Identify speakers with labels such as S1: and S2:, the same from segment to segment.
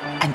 S1: an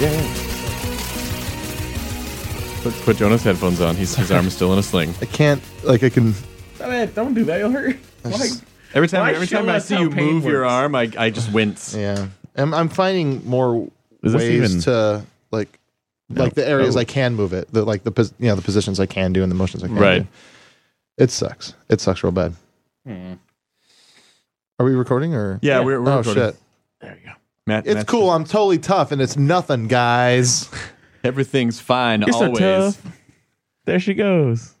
S2: Yeah, yeah. Put, put Jonah's headphones on. He's, his arm is still in a sling.
S3: I can't like I can
S4: don't do that. You'll hurt. Why?
S2: Every time,
S4: Why
S2: every
S4: show
S2: time I
S4: us
S2: see
S4: how
S2: you
S4: pain
S2: move your
S4: works?
S2: arm, I, I just wince.
S3: yeah. I'm I'm finding more
S2: Is this
S3: ways
S2: even-
S3: to like like the areas
S2: Oh.
S3: I can move it. The like the pos- you know the positions I can do and the motions I can
S2: Right.
S3: do. It sucks. It sucks real bad. Are we recording or
S2: Yeah, we're, we're
S3: oh
S2: recording.
S3: shit.
S2: Matt,
S3: It's
S2: Matt's-
S3: cool. I'm totally tough and it's nothing, guys.
S2: Everything's fine
S4: You're so
S2: always.
S4: tough. There she goes.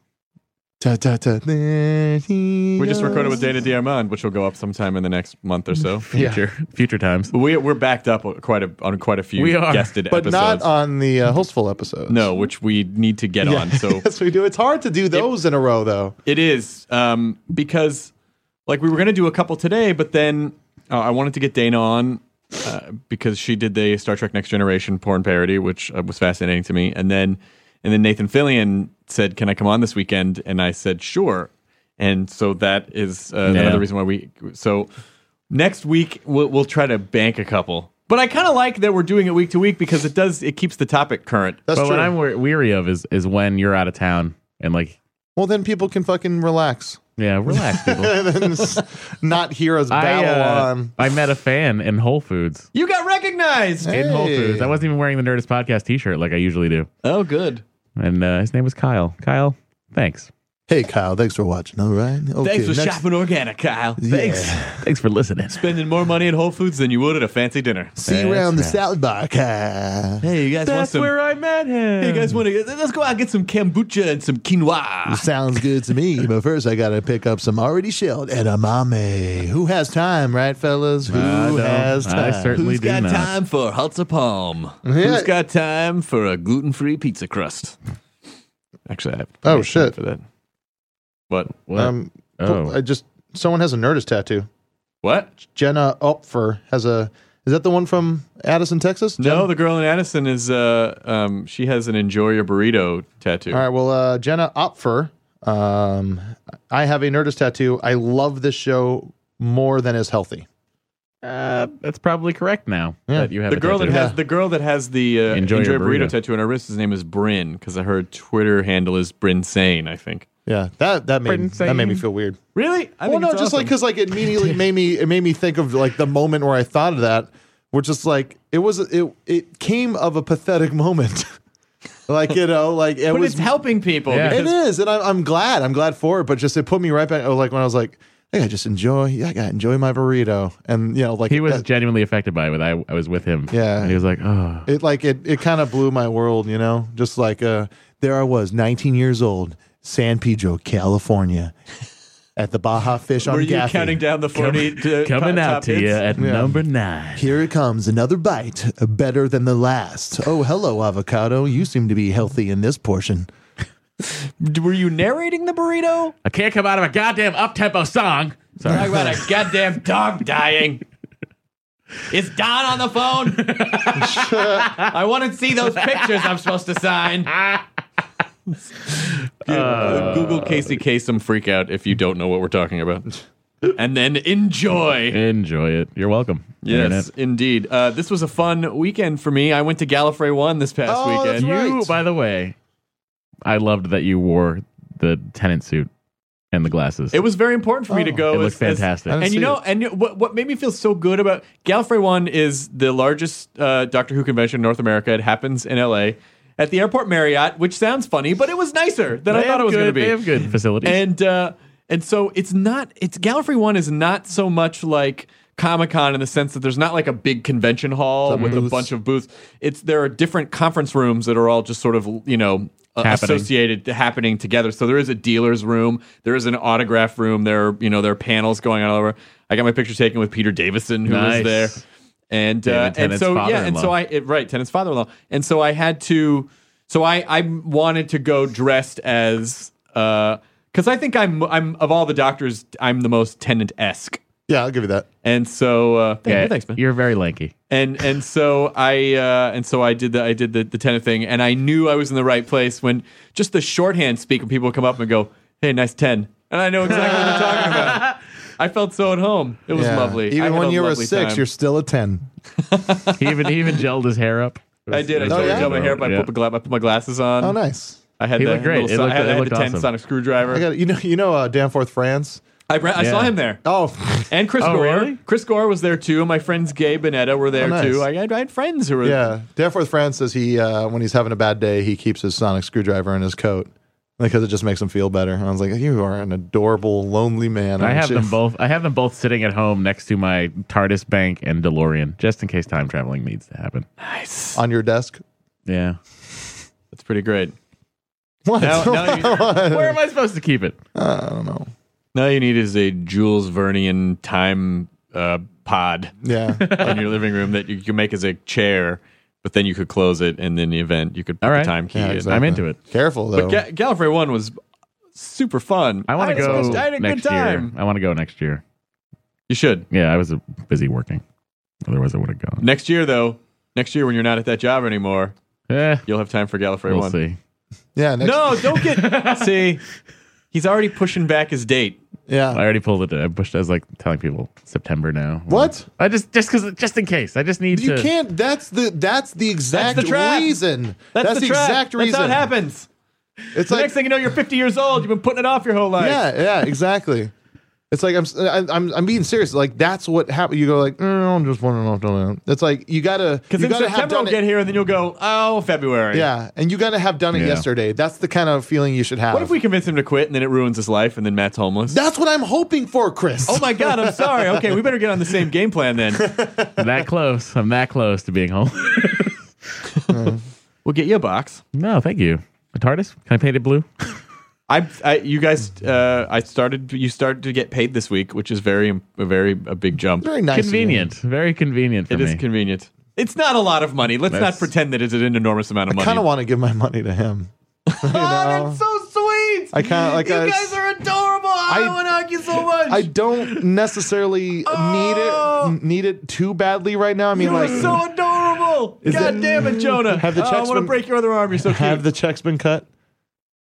S3: da, da, da,
S2: We just recorded with Dana Diarmond, which will go up sometime in the next month or so.
S3: Yeah.
S4: Future, future times.
S2: But we we're backed up quite a on quite a few
S4: We are.
S2: guested
S3: but
S2: episodes.
S3: not on the uh, hostful episodes.
S2: no, which we need to get
S3: Yeah.
S2: on. So
S3: yes, we do. It's hard to do those in a row though.
S2: It is um, because like we were gonna do a couple today, but then uh, I wanted to get Dana on uh, because she did the Star Trek Next Generation porn parody, which uh, was fascinating to me. And then and then Nathan Fillion said, "Can I come on this weekend?" And I said, "Sure." And so that is uh,
S4: Yeah.
S2: another reason why we. So next week we'll, we'll try to bank a couple. But I kind of like that we're doing it week to week because it does it keeps the topic current.
S3: That's
S4: but
S3: true.
S4: what I'm wor- weary of is is when you're out of town and like,
S3: well, then people can fucking relax.
S4: yeah, relax, people.
S3: and then s- not hear us
S4: I,
S3: babble
S4: uh,
S3: on.
S4: I met a fan in Whole Foods.
S2: You got recognized.
S4: In Whole
S3: Hey.
S4: Foods, I wasn't even wearing the Nerdist podcast T-shirt like I usually do,
S2: Oh, good.
S4: and uh, his name was Kyle. Kyle, thanks,
S3: Hey, Kyle, thanks for watching. All right. Okay,
S2: Thanks for
S3: next-
S2: shopping organic, Kyle. Thanks.
S4: thanks for listening.
S2: Spending more money at Whole Foods than you would at a fancy dinner.
S3: See you
S4: That's
S3: around the
S4: right.
S3: salad bar, Kyle.
S2: Hey, you guys want
S4: That's
S2: some?
S4: where I met him.
S2: hey, you guys want to? Let's go out and get some kombucha and some quinoa.
S3: Sounds good to me, but first I gotta pick up some already shelled edamame. Who has time, right, fellas? Who
S4: I don't.
S3: has
S4: I
S3: time?
S4: certainly
S2: Who's
S4: do
S2: got
S4: not.
S2: time for Hulza Palm?
S3: Yeah.
S2: Who's got time for a gluten-free pizza crust? Actually, I have
S3: Oh,
S2: time
S3: shit.
S2: for that. What?
S4: What?
S3: Um,
S4: oh,
S3: I just someone has a Nerdist tattoo.
S2: What?
S3: Jenna Opfer has a. Is that the one from Addison, Texas?
S2: No, the girl in Addison is. Uh, um, she has an enjoy your burrito tattoo.
S3: All right. Well, uh, Jenna Opfer, um, I have a Nerdist tattoo. I love this show more than is healthy.
S4: uh, that's probably correct now
S3: Yeah.
S4: that you have
S2: the
S4: a
S2: girl that
S4: tattoo.
S2: has the girl that has the uh, enjoy,
S4: Enjoy
S2: your
S4: your
S2: burrito,
S4: burrito.
S2: tattoo on her wrist. His name is Bryn because I heard Twitter handle is Bryn Sane. I think.
S3: Yeah, that that made
S4: Pretty
S3: that made me
S4: insane.
S3: feel weird.
S2: Really? I
S3: well, no, just like because like it immediately made me it made me think of like the moment where I thought of that, which is like it was it it came of a pathetic moment, like you know, like it
S2: but
S3: was
S2: it's helping people.
S4: Yeah.
S3: It
S2: because-
S3: is, and I'm, I'm glad. I'm glad for it. But just it put me right back. Oh, like when I was like, I gotta just enjoy. Yeah, I gotta enjoy my burrito. And you know, like
S4: he was
S3: that-
S4: genuinely affected by it. I, I was with him.
S3: Yeah.
S4: and he was like, oh,
S3: it like it it kind of blew my world. You know, just like uh, there I was, 19 years old, San Pedro, California, at the Baja Fish on
S2: Were you
S3: Gaffey.
S2: counting down the forty? to,
S4: coming
S2: top-
S4: out
S2: top
S4: to you
S2: hits?
S4: at
S3: Yeah.
S4: number nine.
S3: Here it comes, another bite, better than the last. Oh, hello, avocado. You seem to be healthy in this portion.
S2: D- Were you narrating the burrito?
S4: I can't come out of a goddamn up tempo song. Sorry.
S2: Talk about a goddamn dog dying.
S5: Is Don on the phone? I want to see those pictures I'm supposed to sign.
S2: Google Casey Kasem freak out if you don't know what we're talking about. And then enjoy.
S4: Enjoy it. You're welcome.
S2: Yes,
S4: Internet.
S2: indeed. Uh, this was a fun weekend for me. I went to Gallifrey One this past
S3: Oh, that's
S2: weekend.
S3: right.
S4: You, by the way, I loved that you wore the tenant suit and the glasses.
S2: It was very important for me to go.
S4: Oh. It
S2: as-
S4: looked
S2: as-
S4: fantastic. I
S3: didn't
S2: and you
S3: see
S2: know,
S3: it.
S2: and you- what what made me feel so good about Gallifrey One is the largest uh, Doctor Who convention in North America. It happens in L.A. at the Airport Marriott, which sounds funny, but it was nicer than I
S4: They
S2: thought
S4: have
S2: it was
S4: good-
S2: going to be.
S4: They have good facilities.
S2: and uh, and so it's not it's Gallifrey One is not so much like Comic Con in the sense that there's not like a big convention hall
S3: Some
S2: with a
S3: booths.
S2: bunch of booths. It's there are different conference rooms that are all just sort of you know uh,
S4: Happening.
S2: associated happening together. So there is a dealer's room, there is an autograph room, there are, you know there are panels going on all over. I got my picture taken with Peter Davison who was
S4: Nice.
S2: there. And uh,
S4: David
S2: and
S4: Tennant's
S2: so yeah, and
S4: father-in-law.
S2: so I it, right Tennant's father-in-law, and so I had to, so I I wanted to go dressed as because I think I'm I'm of all the doctors I'm the most tenant esque,
S3: Yeah, I'll give you that.
S2: and so uh, thank
S4: Yeah,
S2: you, thanks man,
S4: You're very lanky.
S2: and and so I uh, and so I did the I did the, the tenant thing, and I knew I was in the right place when just the shorthand speak when people come up and go, hey, nice ten, and I know exactly what they're talking about. I felt so at home. It was
S3: Yeah.
S2: lovely. I
S3: Even
S2: had
S3: when
S2: a
S3: you were
S2: lovely
S3: six,
S2: time.
S3: you're still a ten.
S4: He even he even gelled his hair up.
S2: I did. I
S3: Oh,
S2: totally
S3: yeah?
S2: gelled my hair, but I,
S4: Yeah.
S2: put my gla- I put my glasses on.
S3: Oh, nice.
S2: I had
S4: He
S2: the
S4: looked great.
S2: little
S4: It
S2: so-
S4: looked-
S2: I had,
S4: it
S2: I had
S4: looked
S2: the ten
S4: awesome.
S2: sonic screwdriver.
S3: I
S2: I,
S3: got you know you know uh, Danforth France.
S2: bra- I saw
S4: Yeah.
S2: him there.
S3: Oh,
S2: And Chris
S4: Oh,
S2: Gore.
S4: really?
S2: Chris Gore was there too. My friends Gabe and Etta were there
S3: Oh, nice.
S2: too. I, I had- I had friends who were
S3: yeah. Danforth France says he uh, when he's having a bad day, he keeps his sonic screwdriver in his coat because it just makes him feel better. And I was like, you are an adorable lonely man.
S4: I
S3: aren't
S4: have
S3: you?"
S4: them both. I have them both sitting at home next to my TARDIS bank and DeLorean, just in case time traveling needs to happen.
S3: on your desk.
S4: Yeah.
S2: That's pretty great.
S3: What?
S2: Now, now, you,
S4: Where am I supposed to keep it?
S3: I don't know.
S2: now you need is a Jules Vernian time uh, pod
S3: Yeah.
S2: in your living room that you can make as a chair, but then you could close it and then the event you could put
S4: All
S2: the
S4: right.
S2: time key
S3: Yeah,
S2: in.
S3: exactly.
S4: I'm into it.
S3: Careful though.
S2: But Ga- Gallifrey One was super fun.
S4: I want to
S2: had a-
S4: go
S2: I had a
S4: next
S2: good time.
S4: year. I want to go next year.
S2: You should.
S4: Yeah, I was uh, busy working. Otherwise, I would have gone.
S2: Next year though, next year when you're not at that job anymore,
S4: Eh,
S2: you'll have time for Gallifrey
S4: we'll
S2: One.
S4: see.
S3: yeah. Next,
S2: No, don't get. see, he's already pushing back his date.
S3: Yeah.
S4: I already pulled it. I pushed. I was like telling people September now.
S3: What?
S4: I just just because just in case. I just need
S3: You
S4: to.
S3: can't. That's the that's the exact
S2: the trap.
S3: reason.
S2: That's, the, trap.
S3: exact reason.
S2: That's how it happens.
S3: It's
S2: The
S3: like
S2: next thing you know, you're 50 years old. You've been putting it off your whole life.
S3: yeah, yeah, exactly. It's like I'm s- I- I'm I'm being serious. Like that's what happened. You go like, mm, I'm just wondering. off the land." It's like you gotta
S2: Because
S3: you
S2: in
S3: gotta have
S2: September
S3: done
S2: will
S3: it.
S2: get here, and then you'll go, oh, February.
S3: yeah, and you gotta have done it
S4: Yeah.
S3: yesterday. That's the kind of feeling you should have.
S2: What if we convince him to quit, and then it ruins his life, and then Matt's homeless?
S3: That's what I'm hoping for, Chris.
S2: Oh my God! I'm sorry. Okay, we better get on the same game plan then.
S4: I'm that close. I'm that close to being home.
S2: We'll get you a box.
S4: no, thank you. A TARDIS? Can I paint it blue?
S2: I, I you guys, uh, I started. You started to get paid this week, which is very, a very a big jump.
S3: very nice. of you.
S4: convenient. Very convenient for
S2: It
S4: me.
S2: is convenient. It's not a lot of money. Let's not
S4: That's-
S2: pretend that it's an enormous amount of
S3: I
S2: money.
S3: kind of want to give my money to him.
S2: Oh, that's so sweet.
S3: I kinda- like,
S2: you
S3: I-
S2: guys are adorable. I,
S3: I-
S2: want to hug you so much.
S3: I don't necessarily
S2: Oh!
S3: need it need it too badly right now. I mean,
S2: you
S3: like,
S2: are so adorable.
S3: Is
S2: God
S3: it-
S2: damn it, Jonah.
S3: Have the
S2: oh, I
S3: checks
S2: want to
S3: been-
S2: break your other arm. You're so cute.
S3: have the checks been cut?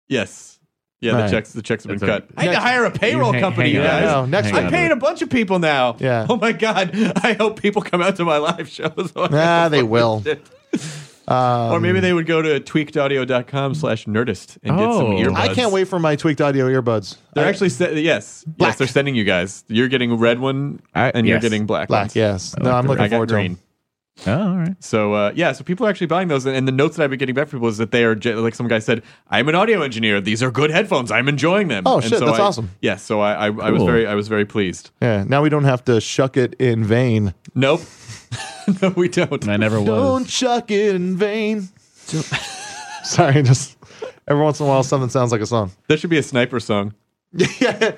S2: yes. Yeah, the
S3: Right.
S2: checks. The checks have been
S4: That's
S2: cut.
S4: right.
S2: I had to
S3: Next-
S2: hire a payroll
S4: You hang-
S2: company,
S4: hang
S2: you
S4: on.
S2: guys.
S3: No, next
S4: Hang
S3: week.
S4: on.
S2: I paid a bunch of people now.
S3: Yeah.
S2: Oh my god. I hope people come out to my live shows.
S3: Nah, Ah, they will.
S2: or maybe they would go to tweakedaudio.com slash nerdist and get some
S4: Oh.
S2: earbuds.
S3: I can't wait for my tweaked audio earbuds.
S2: They're actually se- yes, yes. They're sending you guys. You're getting red one,
S4: I-
S2: and you're
S4: yes.
S2: getting black.
S3: Black,
S2: ones.
S3: yes. No, I'm looking
S2: I got
S3: forward to
S2: green.
S3: them.
S4: Oh, all right.
S2: So uh, yeah, so people are actually buying those, and, and the notes that I've been getting back from people is that they are ge- like some guy said, "I'm an audio engineer. These are good headphones. I'm enjoying them."
S3: Oh,
S2: And
S3: shit,
S2: so
S3: that's
S2: I-
S3: awesome.
S2: Yeah, so I, I, I was
S4: Cool.
S2: very I was very pleased.
S3: Yeah, now we don't have to shuck it in vain.
S2: Nope, no, we don't.
S4: I never was.
S3: Don't shuck it in vain. Sorry, just every once in a while something sounds like a song.
S2: There should be a sniper song.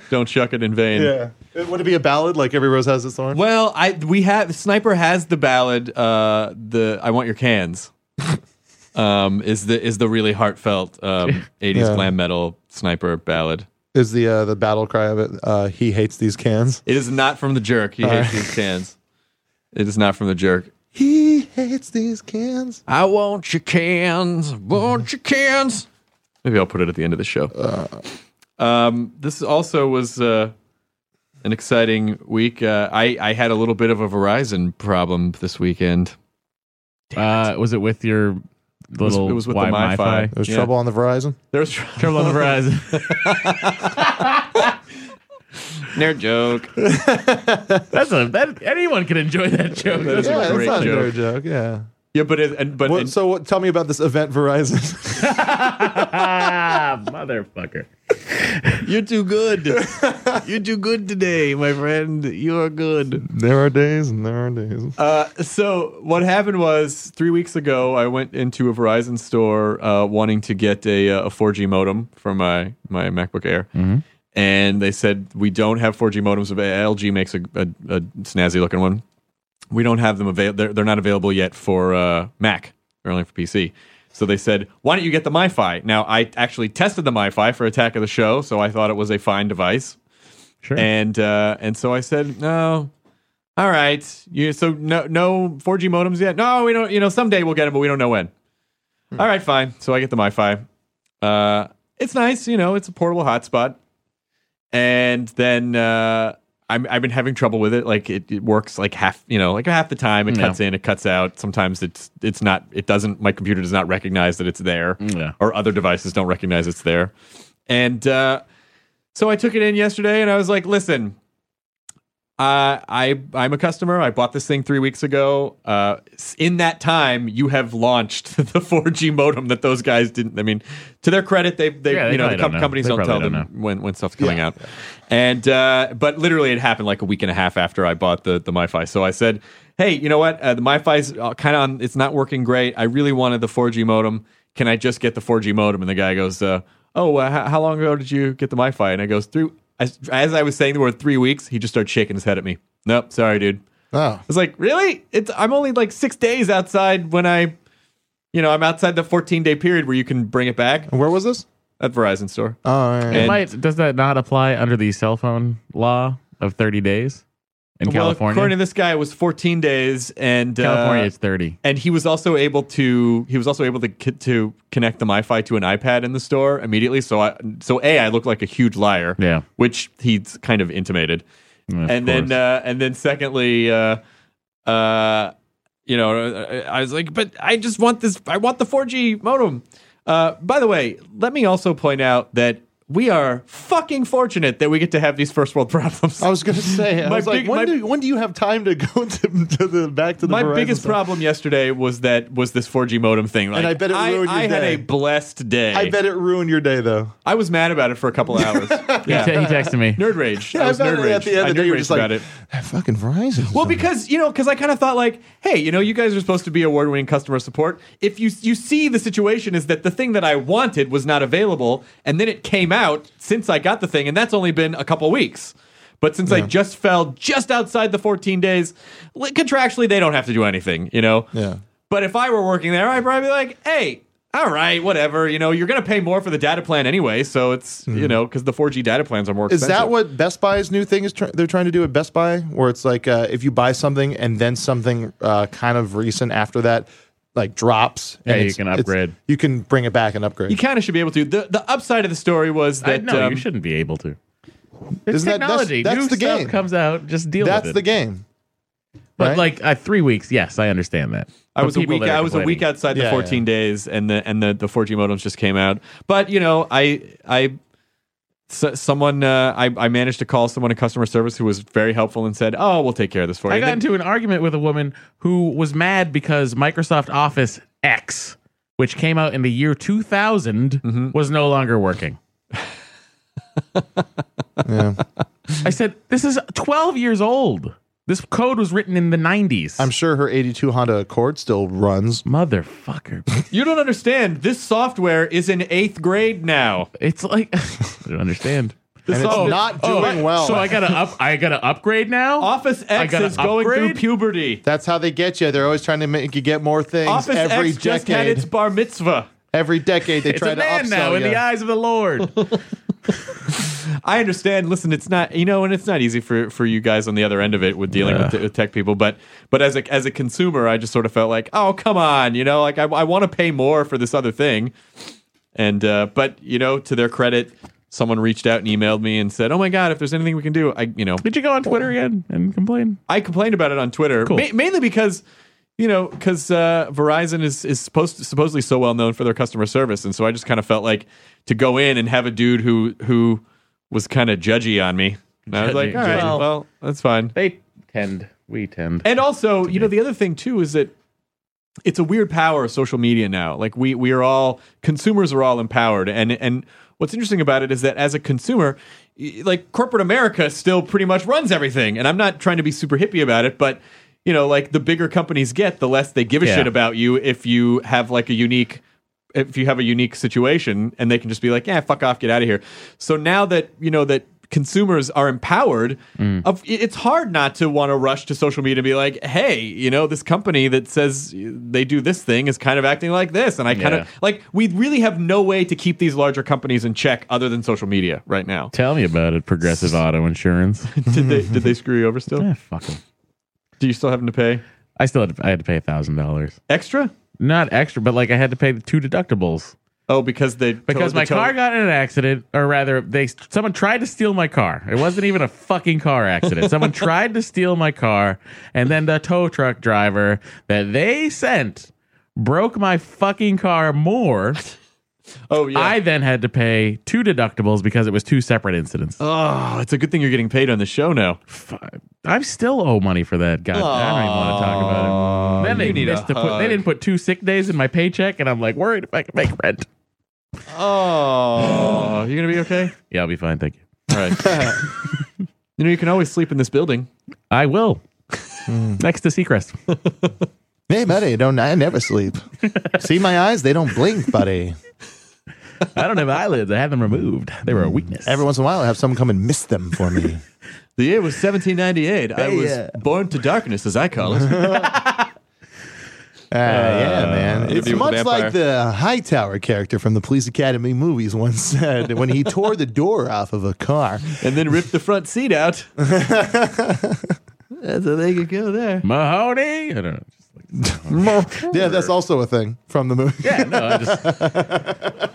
S2: Don't shuck it in vain.
S3: It- Would it be a ballad like Every Rose Has Its Thorn?
S2: Well, I we have sniper has the ballad. Uh, the I want your cans. um, is the is the really heartfelt um, 80s
S3: Yeah.
S2: glam metal sniper ballad.
S3: Is the uh, the battle cry of it? Uh, he hates these cans.
S2: It is not from the jerk. He hates these cans. It is not from the jerk.
S3: He hates these cans.
S2: I want your cans. Want your cans. Maybe I'll put it at the end of the show. Um, this also was uh, an exciting week. Uh, I, I had a little bit of a Verizon problem this weekend.
S4: Uh, was it with your
S2: was-
S4: little
S2: it was with the
S4: Wi-
S2: MiFi.
S4: Wi-Fi?
S3: There's
S2: Yeah.
S3: trouble on the Verizon.
S2: There was
S4: Trouble on the Verizon.
S2: nerd joke.
S4: That's a that anyone can enjoy that joke.
S2: That is a
S3: yeah, that's
S2: great
S3: not
S2: joke.
S3: a nerd joke. Yeah.
S2: Yeah, but it, and, but
S3: What,
S2: and-
S3: so what, tell me about this event Verizon.
S4: ah, motherfucker.
S2: you're too good. you're too good today, my friend. You are good.
S3: there are days and there are days.
S2: Uh, so what happened was three weeks ago, I went into a Verizon store uh, wanting to get a, uh, a 4G modem for my my MacBook Air, and they said we don't have 4G modems. LG makes a, a, a snazzy looking one. We don't have them avail. They're, they're not available yet for uh, Mac. They're only for PC. So they said, why don't you get the MiFi? Now I actually tested the MiFi for Attack of the Show, so I thought it was a fine device.
S4: Sure.
S2: And uh, and so I said, no, all right. You, so no no 4G modems yet? No, we don't. You know, someday we'll get them, but we don't know when.
S4: Hmm.
S2: All right, fine. So I get the MiFi. Uh, it's nice. You know, it's a portable hotspot. And then uh, I'm, I've been having trouble with it. Like it, it works like half. You know, like half the time it
S4: Yeah.
S2: cuts in, it cuts out. Sometimes it's it's not. It doesn't. My computer does not recognize that it's there,
S4: Mm, Yeah.
S2: or other devices don't recognize it's there. And uh, so I took it in yesterday, and I was like, listen. Uh, I I'm a customer. I bought this thing three weeks ago. Uh, s- in that time, you have launched the 4G modem that those guys didn't. I mean, to their credit, they they,
S4: Yeah, they
S2: you know the
S4: probably
S2: com-
S4: don't know.
S2: companies
S4: They
S2: don't tell
S4: probably
S2: them
S4: don't
S2: when when stuff's coming out. And uh, but literally, it happened like a week and a half after I bought the the MiFi. So I said, hey, you know what? Uh, the MiFi's uh, kind of on. It's not working great. I really wanted the 4G modem. Can I just get the 4G modem? And the guy goes, uh, oh, uh, how, how long ago did you get the MiFi? And I goes through. As, as I was saying the word three weeks, he just started shaking his head at me. Nope, sorry, dude.
S3: Oh.
S2: I was like, really? It's I'm only like six days outside when I, you know, I'm outside the 14 day period where you can bring it back
S3: Where was this?
S2: at Verizon store.
S3: Oh, all right.
S2: And-
S4: Might, does that not apply under the cell phone law of 30 days in California?
S2: according to this guy, it was 14 days, and uh,
S4: California, it's 30.
S2: and he was also able to he was also able to ki- to connect the MiFi to an iPad in the store immediately. So I so a I look like a huge liar.
S4: Yeah.
S2: which he's kind of intimated.
S4: Yeah, of
S2: and then
S4: course.
S2: uh, and then secondly, uh, uh, you know, uh, I I was like, but I just want this. I want the 4G modem. Uh, by the way, let me also point out that we are fucking fortunate that we get to have these first world problems.
S3: I was gonna say. I
S2: My
S3: was
S2: big-
S3: like, when
S2: my-
S3: do when do you have time to go to, to the back to the
S2: my
S3: Verizon
S2: biggest
S3: stuff?
S2: problem yesterday was that was this 4G modem thing. Like,
S3: I bet it ruined your
S2: I had
S3: day.
S2: a blessed day.
S3: I bet it ruined your day though.
S2: I was mad about it for a couple hours.
S4: He te-
S2: yeah.
S4: he texted me.
S2: Nerd rage. I
S3: I
S2: was
S3: bet
S2: nerd
S3: at
S2: rage.
S3: the end
S2: I
S3: of the
S2: nerd
S3: day, you're
S2: raged
S3: just like,
S2: about it.
S3: "Ah, fucking Verizon.
S2: Well, because you know, because I kind of thought like, hey, you know, you guys are supposed to be award-winning customer support. If you you see the situation is that the thing that I wanted was not available, and then it came out since I got the thing, and that's only been a couple weeks. But since I just fell just outside the 14 days, li- contractually they don't have to do anything, you know.
S3: Yeah.
S2: But if I were working there, I'd probably be like, hey. All right, whatever. You know, you're going to pay more for the data plan anyway, so it's you know because the 4G data plans are more.
S3: Hmm. Is
S2: Expensive.
S3: that what Best Buy's new thing is? Tr- they're trying to do at Best Buy, where it's like uh, if you buy something and then something uh, kind of recent after that, like drops.
S4: Yeah,
S3: and
S4: you
S3: it's-
S4: can
S3: it's-
S4: upgrade.
S3: You can bring it back and upgrade.
S2: You kind of should be able to. The the upside of the story was
S4: I-
S2: that
S4: no,
S2: um,
S4: you shouldn't be able to. It's
S3: Isn't that- that's-
S4: technology.
S3: that's
S4: New
S3: the
S4: stuff
S3: game.
S4: comes out, just deal
S3: That's
S4: with it.
S3: the game.
S4: But
S3: right?
S4: like uh, three weeks, yes, I understand that.
S2: I
S4: But
S2: was a
S4: people
S2: week.
S4: that are
S2: I was a week
S4: complaining-
S2: outside the
S3: Yeah,
S2: 14 days, and the and the the 4G modems just came out. But you know, I I so, someone uh, I I managed to call someone in customer service who was very helpful and said, "Oh, we'll take care of this for you."
S4: I
S2: And
S4: got
S2: then-
S4: into an argument with a woman who was mad because Microsoft Office X, which came out in the year 2000, was no longer working.
S3: Yeah.
S4: I said, "This is 12 years old. This code was written in the 90s."
S3: I'm sure her 82 Honda Accord still runs.
S4: motherfucker.
S2: you don't understand. This software is in eighth grade now.
S4: It's like I don't understand. Oh,
S2: The
S3: And it's
S2: soft-
S3: not doing well.
S4: So I gotta up. I gotta upgrade now.
S2: Office
S4: I
S2: X
S4: gotta
S2: is going
S4: upgrade?
S2: through puberty.
S3: That's how they get you. They're always trying to make you get more things
S2: Office
S3: every
S2: X
S3: decade.
S2: just had its bar mitzvah.
S3: every decade they
S4: It's
S3: try
S4: a
S3: to
S4: man
S3: upsell
S4: now in
S3: you.
S4: the eyes of the Lord.
S2: I understand. Listen, it's not you know, and it's not easy for for you guys on the other end of it with dealing with, with tech people. But but as a as a consumer, I just sort of felt like, oh come on, you know, like I, I want to pay more for this other thing. And uh, but you know, to their credit, someone reached out and emailed me and said, oh my god, if there's anything we can do, I you know,
S4: Did you go on Twitter again and complain?
S2: I complained about it on Twitter ma- mainly because you know because uh, Verizon is is supposed supposedly so well known for their customer service, and so I just kind of felt like to go in and have a dude who who was kind of judgy on me. And I was like,
S4: Judgy,
S2: all right,
S4: judgy.
S2: well, that's fine.
S4: They tend. We tend.
S2: And also, you know, the other thing too is that it's a weird power of social media now. Like we we are all consumers are all empowered, and and what's interesting about it is that as a consumer, y- like corporate America still pretty much runs everything. And I'm not trying to be super hippie about it, but you know, like the bigger companies get, the less they give a
S4: Yeah.
S2: shit about you if you have like a unique if you have a unique situation and they can just be like, yeah, fuck off, get out of here. So now that you know that consumers are empowered,
S4: Mm.
S2: of, it- it's hard not to want to rush to social media and be like, hey, you know, this company that says they do this thing is kind of acting like this, and I kind
S4: Yeah.
S2: of like we really have no way to keep these larger companies in check other than social media right now.
S4: Tell me about it, Progressive Auto Insurance.
S2: did they did they screw you over still?
S4: Eh, fuck 'em.
S2: Do you still have to pay
S4: I still had to, I had to pay thousand dollars,
S2: extra?
S4: not extra, but like I had to pay the two deductibles
S2: Oh, because they
S4: because my car got in an accident, or rather, they someone tried to steal my car. It wasn't even a fucking car accident. Someone tried to steal my car, and then the tow truck driver that they sent broke my fucking car more.
S2: Oh yeah.
S4: I then had to pay two deductibles because it was two separate incidents.
S2: oh, it's a good thing you're getting paid on the show now.
S4: I still owe money for that. God, I don't even want to talk about it. Then they
S2: you need a
S4: missed the put, they
S2: hug.
S4: didn't put two sick days in my paycheck, and I'm like worried if I can make rent.
S2: Oh, you're gonna be okay.
S4: Yeah, I'll be fine. Thank
S2: All
S4: you.
S2: right. you know, you can always sleep in this building.
S4: I will.
S3: Hmm.
S4: Next to Seacrest.
S3: Hey, buddy, don't I never sleep? See my eyes? They don't blink, buddy.
S4: I don't have eyelids. I had them removed. They were a weakness.
S3: Every once in a while, I have someone come and miss them for me.
S2: The year was 1798. I was
S3: yeah.
S2: born to darkness, as I call it.
S3: Uh, yeah, man. It's
S2: Interview with the
S3: much
S2: Vampire.
S3: like the Hightower character from the Police Academy movies once said when he tore the door off of a car.
S2: and then ripped the front seat out. That's how they could go there.
S4: Mahoney. I don't know. Just like,
S3: Yeah, that's also a thing from the movie.
S4: yeah, no, I just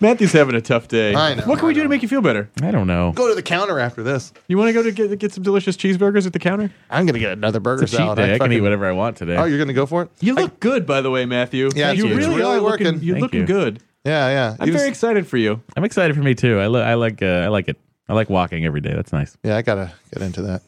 S2: Matthew's having a tough day.
S3: I know,
S2: What can we
S3: I
S2: do to make you feel better?
S4: I don't know.
S3: Go to the counter after this.
S2: You want to go to get, get some delicious cheeseburgers at the counter?
S3: I'm going to get another burger
S4: It's a cheat
S3: salad.
S4: day. I can
S3: fucking-
S4: eat whatever I want today.
S3: Oh, you're going to go for it?
S2: You look good, by the way, Matthew.
S3: Yeah,
S2: you
S3: it's- it's
S2: really,
S3: really
S2: are looking-
S3: working.
S2: You're
S4: Thank
S2: looking
S4: you.
S2: good.
S3: Yeah, yeah.
S2: I'm
S3: He was-
S2: very excited for you.
S4: I'm excited for me too. I, li- I like uh, I like it. I like walking every day. That's nice.
S3: yeah, I got to get into that.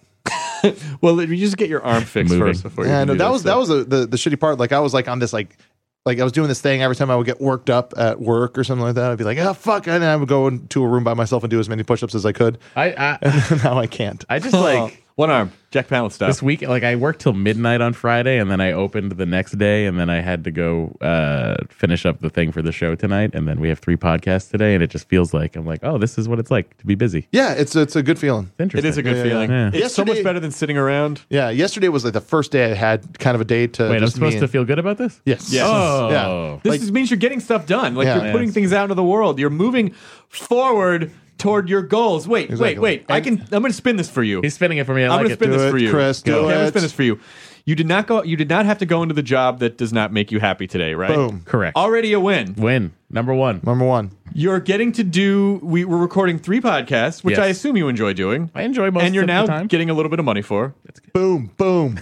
S2: Well, you just get your arm fixed
S4: Moving.
S2: first before you.
S3: Yeah,
S2: can
S3: no,
S2: do
S3: that
S2: this
S3: was
S2: stuff.
S3: that was a, the the shitty part. Like I was like on this like like I was doing this thing every time I would get worked up at work or something like that. I'd be like, oh fuck, and then I would go into a room by myself and do as many push-ups as I could.
S4: I I,
S3: now I can't.
S4: I just like
S2: one arm, Jack Palance style.
S4: this week like i worked till midnight on friday and then i opened the next day and then i had to go uh finish up the thing for the show tonight and then we have three podcasts today and it just feels like i'm like oh this is what it's like to be busy
S3: Yeah, it's it's a good feeling.
S4: it's
S2: It
S4: interesting
S2: is a good
S3: Yeah, yeah,
S2: feeling.
S4: yeah.
S2: It's so much
S3: Yesterday-
S2: better than sitting around.
S3: Yeah, yesterday was like the first day I had kind of a day to.
S4: wait i'm
S3: just me
S4: supposed to
S3: and-
S4: feel good about this
S3: Yes.
S2: Yes.
S4: oh
S3: Yeah.
S2: This is, means you're getting stuff done. Like
S3: Yeah.
S2: you're
S3: Yeah,
S2: putting
S4: it's-
S2: things out into the world. You're moving forward toward your goals. Wait,
S3: Exactly.
S2: wait, wait. I
S3: And-
S2: can. I'm going to spin this for you.
S4: he's spinning it for me i
S2: I'm
S4: like
S2: going to
S4: it
S2: spin
S3: Do
S2: this
S3: it,
S2: for you.
S3: Chris, do
S2: Okay, I'm going to
S3: it.
S2: spin this for you. You did not go. You did not have to go into the job that does not make you happy today, right?
S3: Boom.
S4: correct
S2: Already a win.
S4: win number one
S3: Number one.
S2: You're getting to do. We were recording three podcasts, which
S4: Yes.
S2: I assume you enjoy doing,
S4: i enjoy most
S2: and you're
S4: of
S2: now
S4: the time
S2: getting a little bit of money for.
S3: Boom, boom.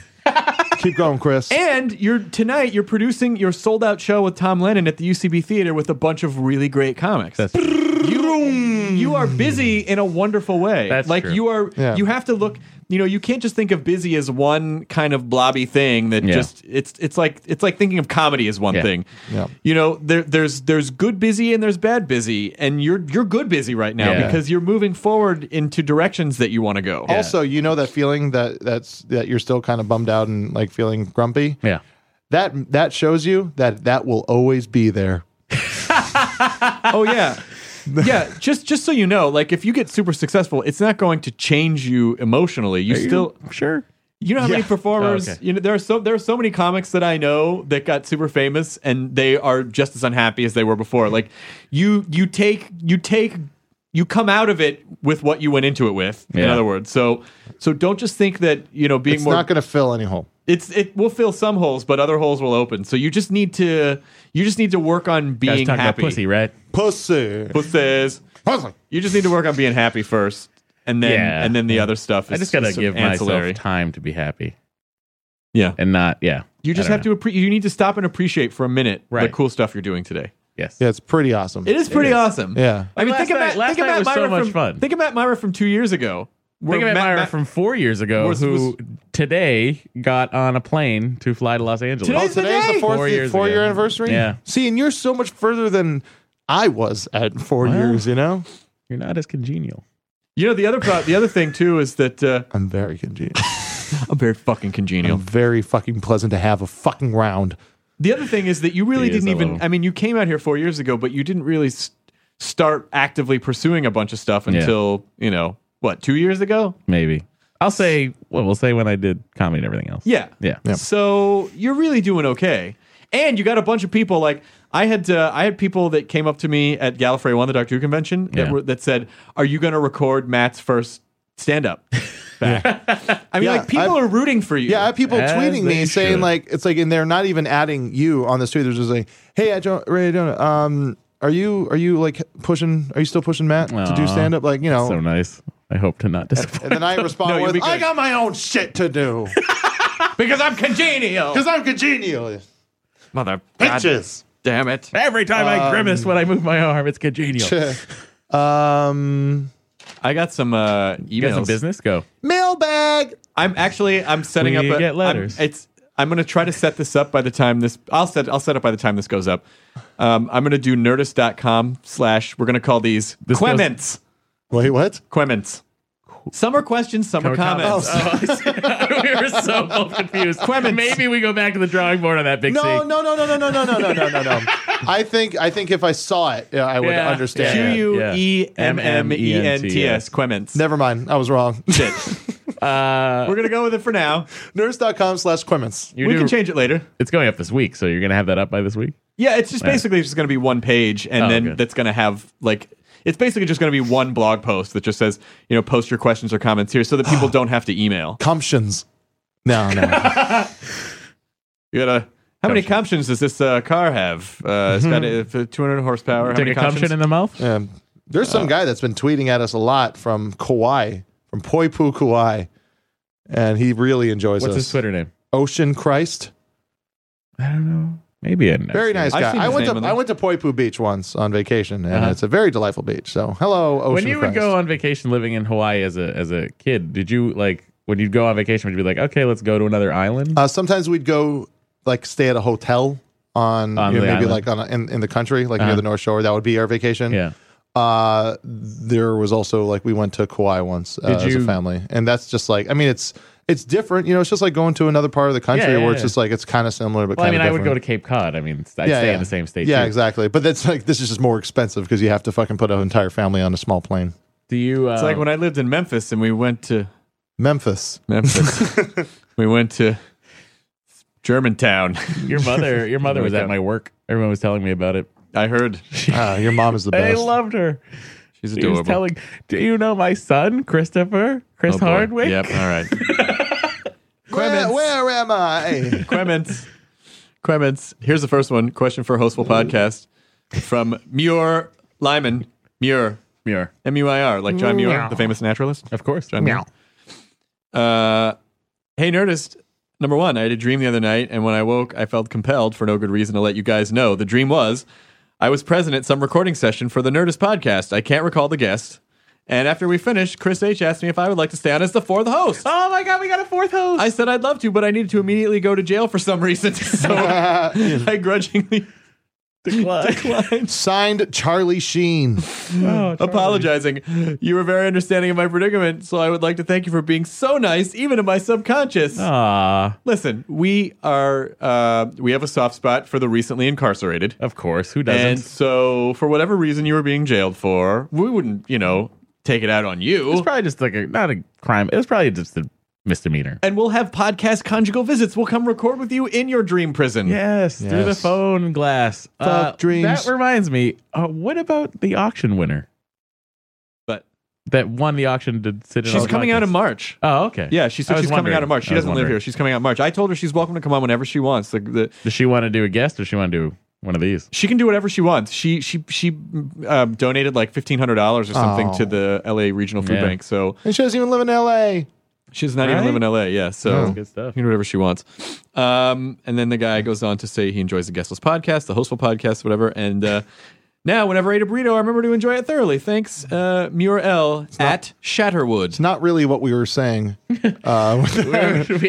S3: Keep going, Chris.
S2: And you're tonight. You're producing your sold out show with Tom Lennon at the UCB Theater with a bunch of really great comics.
S4: That's-
S2: you, you are busy in a wonderful way.
S4: That's
S2: like
S4: true.
S2: you are.
S3: Yeah.
S2: You have to look. You know, you can't just think of busy as one kind of blobby thing. That
S4: Yeah.
S2: just it's it's like it's like thinking of comedy as one
S4: Yeah.
S2: thing.
S3: Yeah.
S2: You know, there there's there's good busy and there's bad busy, and you're you're good busy right now
S4: Yeah.
S2: because you're moving forward into directions that you want to go.
S3: also, you know that feeling that that's that you're still kind of bummed out and like feeling grumpy.
S4: yeah
S3: That that shows you that that will always be there.
S2: oh yeah yeah just just so you know like if you get super successful it's not going to change you emotionally you still
S4: sure
S2: you know how many
S3: Yeah.
S2: performers
S4: Oh, okay.
S2: you know there are so there are so many comics that i know that got super famous and they are just as unhappy as they were before like you you take you take you come out of it with what you went into it with. In
S4: Yeah.
S2: other words, so so don't just think that you know being
S3: It's
S2: more
S3: not going to fill any hole.
S2: it's it will fill some holes, but other holes will open. So you just need to you just need to work on
S4: Guys
S2: being
S4: talking
S2: happy.
S4: about pussy, right?
S3: Pussy.
S2: Pussies.
S3: Pussy.
S2: You just need to work on being happy first, and then
S4: Yeah.
S2: and then the other stuff. Is
S4: I just gotta
S2: sort of
S4: give
S2: ancillary.
S4: myself time to be happy
S2: Yeah,
S4: and not yeah.
S2: you just have to appre- you need to stop and appreciate for a minute the
S4: Right.
S2: cool stuff you're doing today.
S4: to yes.
S3: Yeah, it's pretty awesome.
S2: It is pretty
S4: is.
S2: awesome.
S3: Yeah.
S2: I mean,
S4: Last
S2: think
S4: night-
S2: about
S4: last
S2: think
S4: night
S2: about
S4: was so
S2: Myra
S4: much
S2: from,
S4: fun.
S2: Think about Myra from two years ago. where
S4: Think about
S2: Matt-
S4: Myra
S2: Matt-
S4: from four years ago,
S2: Was-
S4: who
S2: was-
S4: today got on a plane to fly to Los Angeles.
S3: Oh,
S2: Today's the
S3: today's
S2: day?
S3: the fourth
S4: Four
S3: four,
S4: years
S3: year
S4: ago.
S3: anniversary.
S4: Yeah.
S3: See, and you're so much further than I was at four
S4: Well.
S3: years. You know,
S4: You're not as congenial.
S2: You know the other pro- the other thing too is that uh,
S3: I'm very congenial.
S2: I'm very fucking
S3: I'm
S2: congenial.
S3: very fucking pleasant to have a fucking round.
S2: The other thing is that you really
S4: He is
S2: didn't
S4: a
S2: even.
S4: little-
S2: I mean, you came out here four years ago, but you didn't really s start actively pursuing a bunch of stuff
S4: Yeah.
S2: until you know what two years ago.
S4: Maybe I'll say. Well, we'll say when I did comedy and everything else.
S2: Yeah,
S4: Yeah.
S2: So you're really doing okay, and you got a bunch of people like. I had uh, I had people that came up to me at Gallifrey One, the Doctor Who convention, that,
S4: Yeah.
S2: were, that said, "Are you going to record Matt's first stand up?" I mean,
S3: Yeah,
S2: like people
S3: I've-
S2: are rooting for you.
S3: Yeah, I have people
S4: As
S3: tweeting me
S4: they
S3: saying
S4: should.
S3: like it's like, and they're not even adding you on the street. They're just like, "Hey, I don't, Ray, I don't. Um, are you, are you like pushing? Are you still pushing Matt to
S4: Aw.
S3: do stand up? Like, you know."
S4: So nice. I hope to not disappoint.
S3: and then I respond
S2: No, you'll
S3: with,
S2: be
S3: "I
S2: good.
S3: got my own shit to do
S2: because I'm congenial.
S3: because I'm congenial."
S2: Mother,
S3: Bitches.
S2: damn it.
S4: Every time I grimace when I move my arm, it's congenial.
S3: um,
S2: I got some uh, emails.
S4: You got some business? Go.
S3: mailbag.
S2: I'm actually I'm setting
S4: We
S2: up. A,
S4: get
S2: I'm-
S4: letters.
S2: it's I'm gonna try to set this up by the time this. I'll set I'll set up by the time this goes up. Um, I'm gonna do nerdist.com slash. We're gonna call these
S4: This goes-
S2: quements.
S3: Wait, what?
S2: Quements. Some are questions, some are comments. Oh,
S4: Oh, we were so both confused. Maybe we go back to the drawing board on that big
S3: No,
S4: C.
S3: no, no, no, no, no, no, no, no, no, no, no. I think I think if I saw it, yeah, I would
S4: Yeah.
S3: understand.
S4: Yeah.
S2: Q U E M M E N T S.
S4: M-M-E-N-T-S.
S2: Quements.
S3: Never mind. I was wrong.
S2: Shit.
S4: Uh,
S2: We're gonna go with it for now.
S3: Nurse.com slash Quimmins.
S4: you
S2: we
S4: do-
S2: can change it later.
S4: It's going up this week, so you're gonna have that up by this week.
S2: Yeah, it's just
S4: All right.
S2: basically just going to be one page, and
S4: Oh,
S2: then
S4: good.
S2: that's going to have like it's basically just going to be one blog post that just says you know post your questions or comments here, so that people don't have to email.
S3: Comptions. No, no.
S2: You gotta. How many cumptions does this uh, car have? Uh, it's got uh, 200 horsepower. How
S4: Take
S2: many
S4: a cumshin
S2: cumptions?
S4: in the mouth.
S3: um, there's
S4: Uh.
S3: some guy that's been tweeting at us a lot from Kauai, from Poipu, Kauai. And he really enjoys
S4: What's
S3: us.
S4: his Twitter name?
S3: Ocean Christ.
S4: I don't know. Maybe I know.
S3: Very nice
S2: I've
S3: guy.
S2: seen
S3: I
S2: his
S3: went
S2: name
S3: to
S2: on
S3: I
S2: there.
S3: went to Poipu Beach once on vacation, and
S4: Uh-huh.
S3: it's a very delightful beach. So hello, Ocean
S4: When you would
S3: Christ.
S4: go on vacation, living in Hawaii as a as a kid, did you like when you'd go on vacation? Would you be like, okay, let's go to another island?
S2: Um,
S3: Uh, sometimes we'd go like stay at a hotel on,
S4: On
S3: you know,
S4: the
S3: maybe
S4: island. Uh-huh.
S3: like on a, in in the country, like near the North Shore. That would be our vacation.
S4: yeah.
S3: Uh, there was also like we went to Kauai once uh,
S4: Did
S3: as a
S4: you-
S3: family, and that's just like I mean it's it's different. You know, it's just like going to another part of the country
S4: yeah,
S3: where it's
S4: yeah.
S3: just like it's kind of similar, but
S4: Well, I mean,
S3: kinda
S4: I would go to
S3: different.
S4: Cape Cod. I mean, I'd stay in the same state.
S3: Yeah,
S4: too.
S3: exactly. But that's like this is just more expensive because you have to fucking put an entire family on a small plane.
S4: Do you? Uh,
S2: It's like when I lived in Memphis, and we went to
S3: Memphis.
S2: Memphis. we went to Germantown.
S4: your mother. Your mother was at my work. Everyone was telling me about it.
S2: I heard
S3: Ah, your mom is the
S4: I
S3: best.
S4: loved her.
S2: she's
S4: She
S2: adorable.
S4: was telling, "Do you know my son, Christopher, Chris
S2: Oh, boy.
S4: Hardwick?"
S2: Yep. All right.
S3: where,
S2: Clemens.
S3: where am I?
S2: Quements. Quements. Here's the first one. Question for Hostful Podcast from Muir Lyman. Muir.
S4: Muir.
S2: M U I R. Like John Muir, the famous naturalist.
S4: Of course.
S2: John Muir. Uh, hey, Nerdist. Number one, I had a dream the other night, and when I woke, I felt compelled for no good reason to let you guys know. The dream was I was present at some recording session for the Nerdist podcast. I can't recall the guest. And after we finished, Chris H asked me if I would like to stay on as the fourth host.
S4: Oh my God, we got a fourth host.
S2: I said I'd love to, but I needed to immediately go to jail for some reason. So I grudgingly declined.
S3: Signed Charlie Sheen.
S4: Oh,
S2: Apologizing. You were very understanding of my predicament, so I would like to thank you for being so nice, even in my subconscious.
S4: Ah,
S2: Listen, we are uh, we have a soft spot for the recently incarcerated.
S4: of course. Who doesn't?
S2: And so for whatever reason you were being jailed for, we wouldn't, you know, take it out on
S4: It was
S2: you.
S4: probably just like a not a crime. It was probably just a misdemeanor.
S2: And we'll have podcast conjugal visits. We'll come record with you in your dream prison.
S4: Yes, through the
S3: Yes.
S4: phone glass.
S3: Fuck dreams.
S4: uh, That reminds me. Uh, what about the auction winner? that won the auction to sit in.
S2: She's
S4: all
S2: coming out in
S4: March.
S2: March.
S4: Oh, okay.
S2: Yeah, she
S4: I
S2: said
S4: was
S2: she's coming out
S4: wondering.
S2: in March. She
S4: I was
S2: doesn't live
S4: wondering.
S2: here. She's coming out in March. I told her she's welcome to come on whenever she wants. The, the,
S4: Does she want to do a guest or she want to do one of these?
S2: she can do whatever she wants. She she she um, donated like fifteen hundred dollars or something
S3: Oh.
S2: to the L.A. Regional Food
S4: Yeah.
S2: Bank. So
S3: And she doesn't even live in L.A.
S2: she does not even
S4: Right?
S2: live in L.A. Yeah, so
S4: Good stuff.
S2: She can do whatever she wants. Um, and then the guy goes on to say he enjoys the guestless podcast, the hostful podcast, whatever. And uh, now, whenever I eat a burrito, I remember to enjoy it thoroughly. Thanks, uh, Muir L at Shatterwood.
S3: It's not really what we were saying. Uh,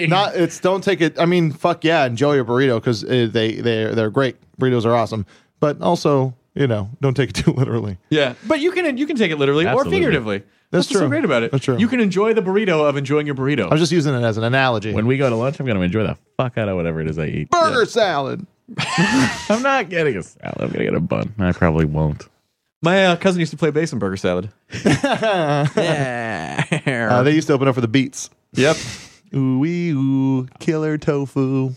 S3: not it's don't take it. I mean, fuck yeah, enjoy your burrito because uh, they they they're great. Burritos are awesome, but also you know don't take it too literally.
S2: Yeah, but you can you can take it literally
S4: Absolutely.
S2: or figuratively.
S3: That's
S2: what's so
S3: true.
S2: great about it.
S3: That's true.
S2: You can enjoy the burrito of enjoying your burrito.
S3: I was just using it as an analogy.
S4: when we go to lunch, I'm going to enjoy the fuck out of whatever it is I eat.
S3: Burger salad.
S4: I'm not getting a salad. I'm going to get a bun. I probably won't.
S2: My uh, cousin used to play bass in burger salad.
S3: Uh, they used to open up for the beats.
S2: Yep.
S3: Ooh wee ooh, killer tofu.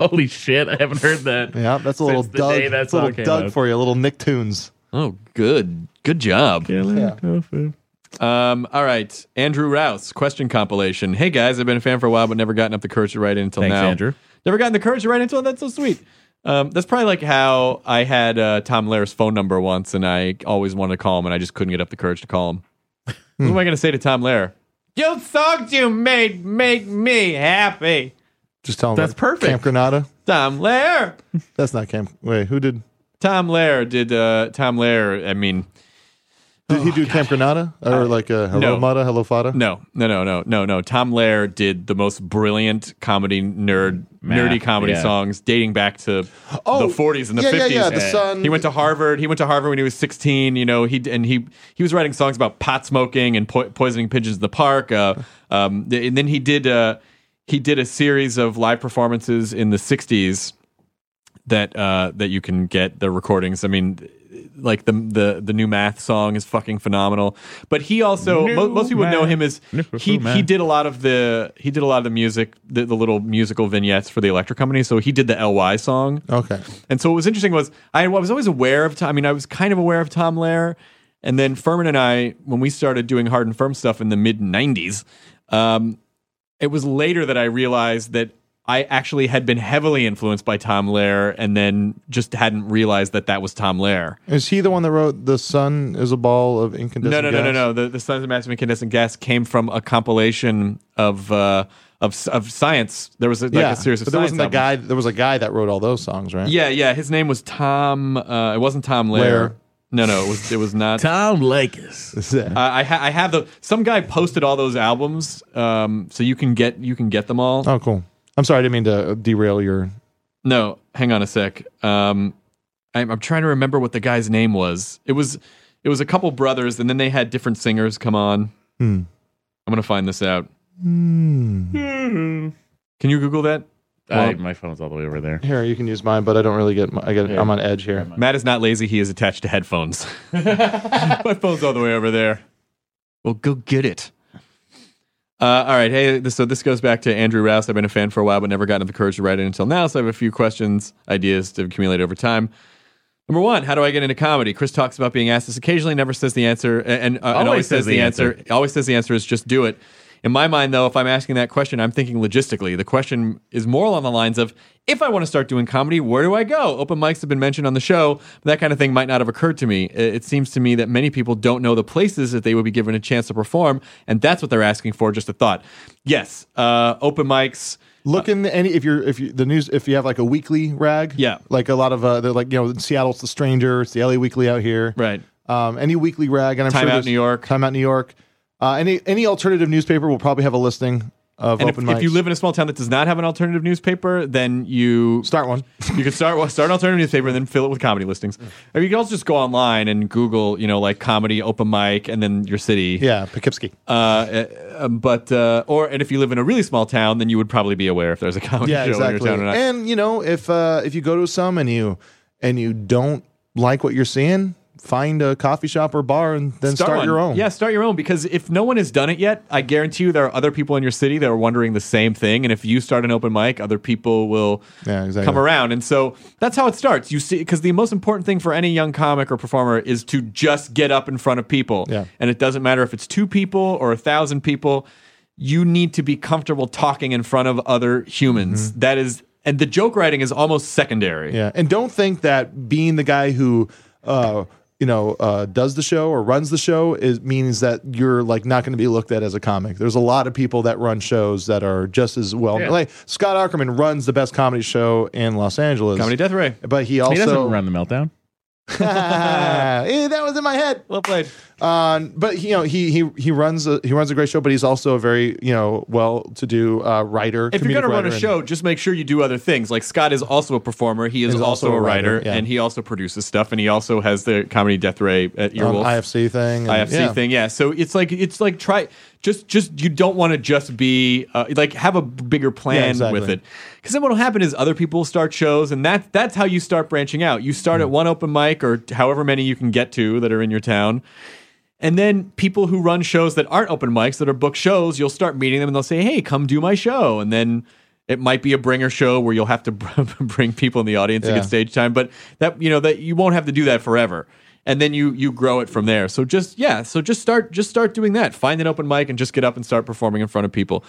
S4: Holy shit! I haven't heard that.
S3: Yeah, that's a little
S4: Since the day
S3: Doug.
S4: that
S3: That's a little
S4: song came
S3: Doug
S4: out.
S3: for you. A little Nicktoons.
S2: Oh, good. Good job.
S4: Killer
S3: Yeah.
S4: tofu.
S2: Um, all right. Andrew Rouse, question compilation. Hey, guys, I've been a fan for a while, but never gotten up the courage to write in until
S4: Thanks,
S2: now.
S4: Andrew.
S2: Never gotten the courage to write in until that's so sweet. Um, that's probably like how I had uh, Tom Lehrer's phone number once, and I always wanted to call him, and I just couldn't get up the courage to call him. what am I going to say to Tom Lehrer? You songs you made make me happy.
S3: Just tell them
S4: That's
S3: about
S4: perfect.
S3: Camp Granada.
S2: Tom Lehrer.
S3: That's not Camp. Wait, who did?
S2: Tom Lehrer did. Uh, Tom Lehrer. I mean,
S3: Did he do Camp Granada or like a Hello
S2: no.
S3: Mata, Hello Fada?
S2: No, no, no, no, no, no. Tom Lehrer did the most brilliant comedy nerd,
S4: Math,
S2: nerdy comedy
S4: yeah.
S2: songs dating back to
S3: Oh,
S2: the 40s and the
S3: yeah, yeah,
S2: 50s.
S3: yeah, the sun-
S2: He went to Harvard. He went to Harvard when he was 16. You know, he and he he was writing songs about pot smoking and po- poisoning pigeons in the park. Uh, um, th- and then he did uh, he did a series of live performances in the 60s that uh, that you can get the recordings. I mean. Like the the the new math song is fucking phenomenal, but he also
S4: New
S2: mo- most people know
S4: math.
S2: him as
S4: Nipper
S2: he
S4: Fu Man.
S2: he did a lot of the he did a lot of the music the, the little musical vignettes for the electric company so he did the ly song
S3: Okay.
S2: and so what was interesting was i was always aware of tom i mean i was kind of aware of tom lair and then Furman and i when we started doing hard and firm stuff in the mid 90s um, it was later that i realized that i actually had been heavily influenced by tom lair and then just hadn't realized that that was tom lair
S3: Is he the one that wrote "The Sun Is a Ball of Incandescent"?
S2: no, no, no,
S3: gas?
S2: no, no. The, the Sons of Massive Incandescent Gas came from a compilation of uh, of s- of science. There was a, like
S3: yeah,
S2: a series of
S3: but there
S2: science
S3: wasn't a
S2: albums.
S3: guy. There was a guy that wrote all those songs, right?
S2: Yeah, yeah. His name was Tom. Uh, it wasn't Tom Lair.
S3: Lair.
S2: No, no. It was it was not.
S4: Tom Lakis.
S3: Yeah.
S2: I I, ha- I have the some guy posted all those albums, um, so you can get you can get them all.
S3: Oh, cool. I'm sorry, I didn't mean to derail your.
S2: No, hang on a sec. Um, I'm, I'm trying to remember what the guy's name was. It was it was a couple brothers, and then they had different singers come on.
S3: Hmm.
S2: I'm gonna find this out.
S3: Hmm.
S2: Can you Google that?
S4: I,
S2: Well-
S4: my phone's all the way over there.
S3: Here, you can use mine, but I don't really get. My, I get. I'm on edge here.
S2: Matt is not lazy. He is attached to headphones. My phone's all the way over there. Well, go get it. Uh, all right. Hey, this, so this goes back to Andrew Rouse. I've been a fan for a while, but never gotten the courage to write it until now. So I have a few questions, ideas to accumulate over time. Number one, how do I get into comedy? Chris talks about being asked this occasionally, never says the answer, a- and, uh, and always, says, the answer. Always says the answer is just do it. In my mind, though, if I'm asking that question, I'm thinking logistically. The question is more along the lines of if I want to start doing comedy, where do I go? Open mics have been mentioned on the show, but that kind of thing might not have occurred to me. I- It seems to me that many people don't know the places that they would be given a chance to perform, and that's what they're asking for, just a thought. Yes, uh, open mics.
S3: Look in any if you're if you the news if you have like a weekly rag.
S2: Yeah.
S3: Like a lot of uh, they're like you know in Seattle it's the Stranger, it's the LA Weekly out here.
S2: Right.
S3: Um, any weekly rag, and I'm
S2: Time
S3: sure
S2: Out
S3: there's-
S2: New York.
S3: Time out New York. Uh, any any alternative newspaper will probably have a listing of
S2: And if,
S3: open mics.
S2: if you live in a small town that does not have an alternative newspaper, then you
S3: start one.
S2: you can start well, start an alternative newspaper and then fill it with comedy listings. Or you can also just go online and Google, you know, like comedy open mic and then your city.
S3: Yeah, Poughkeepsie.
S2: Uh, uh, uh, but uh, or and if you live in a really small town, then you would probably be aware if there's a comedy
S3: yeah,
S2: show
S3: exactly.
S2: in your town or not.
S3: And you know if uh, if you go to some and you and you don't like what you're seeing, find a coffee shop or bar and then start,
S2: one.
S3: your own.
S2: Yeah, start your own because if no one has done it yet, I guarantee you there are other people in your city that are wondering the same thing. And if you start an open mic, other people will
S3: Yeah, exactly.
S2: come around. And so that's how it starts. You see, because the most important thing for any young comic or performer is to just get up in front of people.
S3: Yeah.
S2: And it doesn't matter if it's two people or a thousand people, you need to be comfortable talking in front of other humans. That is, and the joke writing is almost secondary.
S3: Mm-hmm. Yeah, and don't think that being the guy who, uh, you know, uh, does the show or runs the show is means that you're like not going to be looked at as a comic. There's a lot of people that run shows that are just as well.
S4: Yeah.
S3: Like Scott Ackerman runs the best comedy show in Los Angeles,
S2: Comedy Death Ray.
S3: but he
S4: he doesn't
S3: also
S4: run the meltdown.
S3: Eh, that was in my head.
S2: Well played.
S3: Um, but you know he he he runs a, he runs a great show, but he's also a very you know well to do uh, writer.
S2: if you're
S3: comedic
S2: going to run
S3: writer
S2: a
S3: and-
S2: show, just make sure you do other things. Like Scott is also a performer. He is
S3: He's
S2: also, a writer,
S3: yeah.
S2: and he also produces stuff, and he also has the comedy Death Ray at
S3: um,
S2: Earwolf.
S3: IFC thing, and-
S2: IFC
S3: yeah.
S2: thing, yeah. So it's like it's like try just just you don't want to just be uh, like have a b- bigger plan
S3: Yeah, exactly.
S2: with it because then what will happen is other people will start shows and that's that's how you start branching out. You start at
S3: Mm-hmm.
S2: one open mic or however many you can get to that are in your town, and then people who run shows that aren't open mics that are book shows, you'll start meeting them and they'll say, "Hey, come do my show," and then. It might be a bringer show where you'll have to br- bring people in the audience to
S3: Yeah.
S2: get stage time, but that you know that you won't have to do that forever and then you you grow it from there. So just yeah, so just start just start doing that. Find an open mic and just get up and start performing in front of people.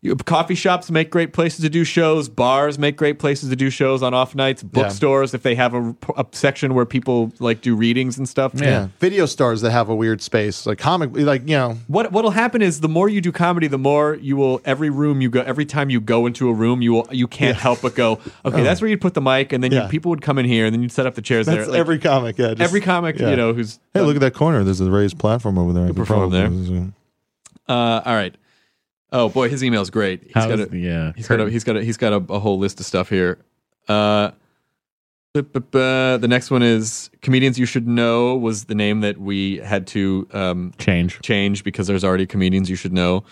S2: You, coffee shops make great places to do shows. Bars make great places to do shows on off nights. Bookstores, if they have a, a section where people like do readings and stuff.
S3: yeah, video stars that have a weird space, like comic, like you know,
S2: What what'll happen is the more you do comedy, the more you will every room you go every time you go into a room you will you can't help but go okay that's where you'd put the mic and then you,
S3: Oh. Yeah.
S2: people would come in here and then you'd set up the chairs
S3: That's
S2: there Like,
S3: every comic, yeah. just-
S2: every comic
S3: yeah.
S2: you know who's
S3: Hey, look at that corner. There's a raised platform over there. I could
S2: perform
S3: probably-
S2: Uh, all right. Oh boy, his email's great. He's
S4: How's
S2: got a,
S4: the, uh,
S2: he's got a,
S4: curtain?
S2: he's got a, he's got a, a whole list of stuff here. Uh, bup, bup, bup. the next one is comedians you should know was the name that we had to um,
S4: Change.
S2: change because there's already comedians you should know.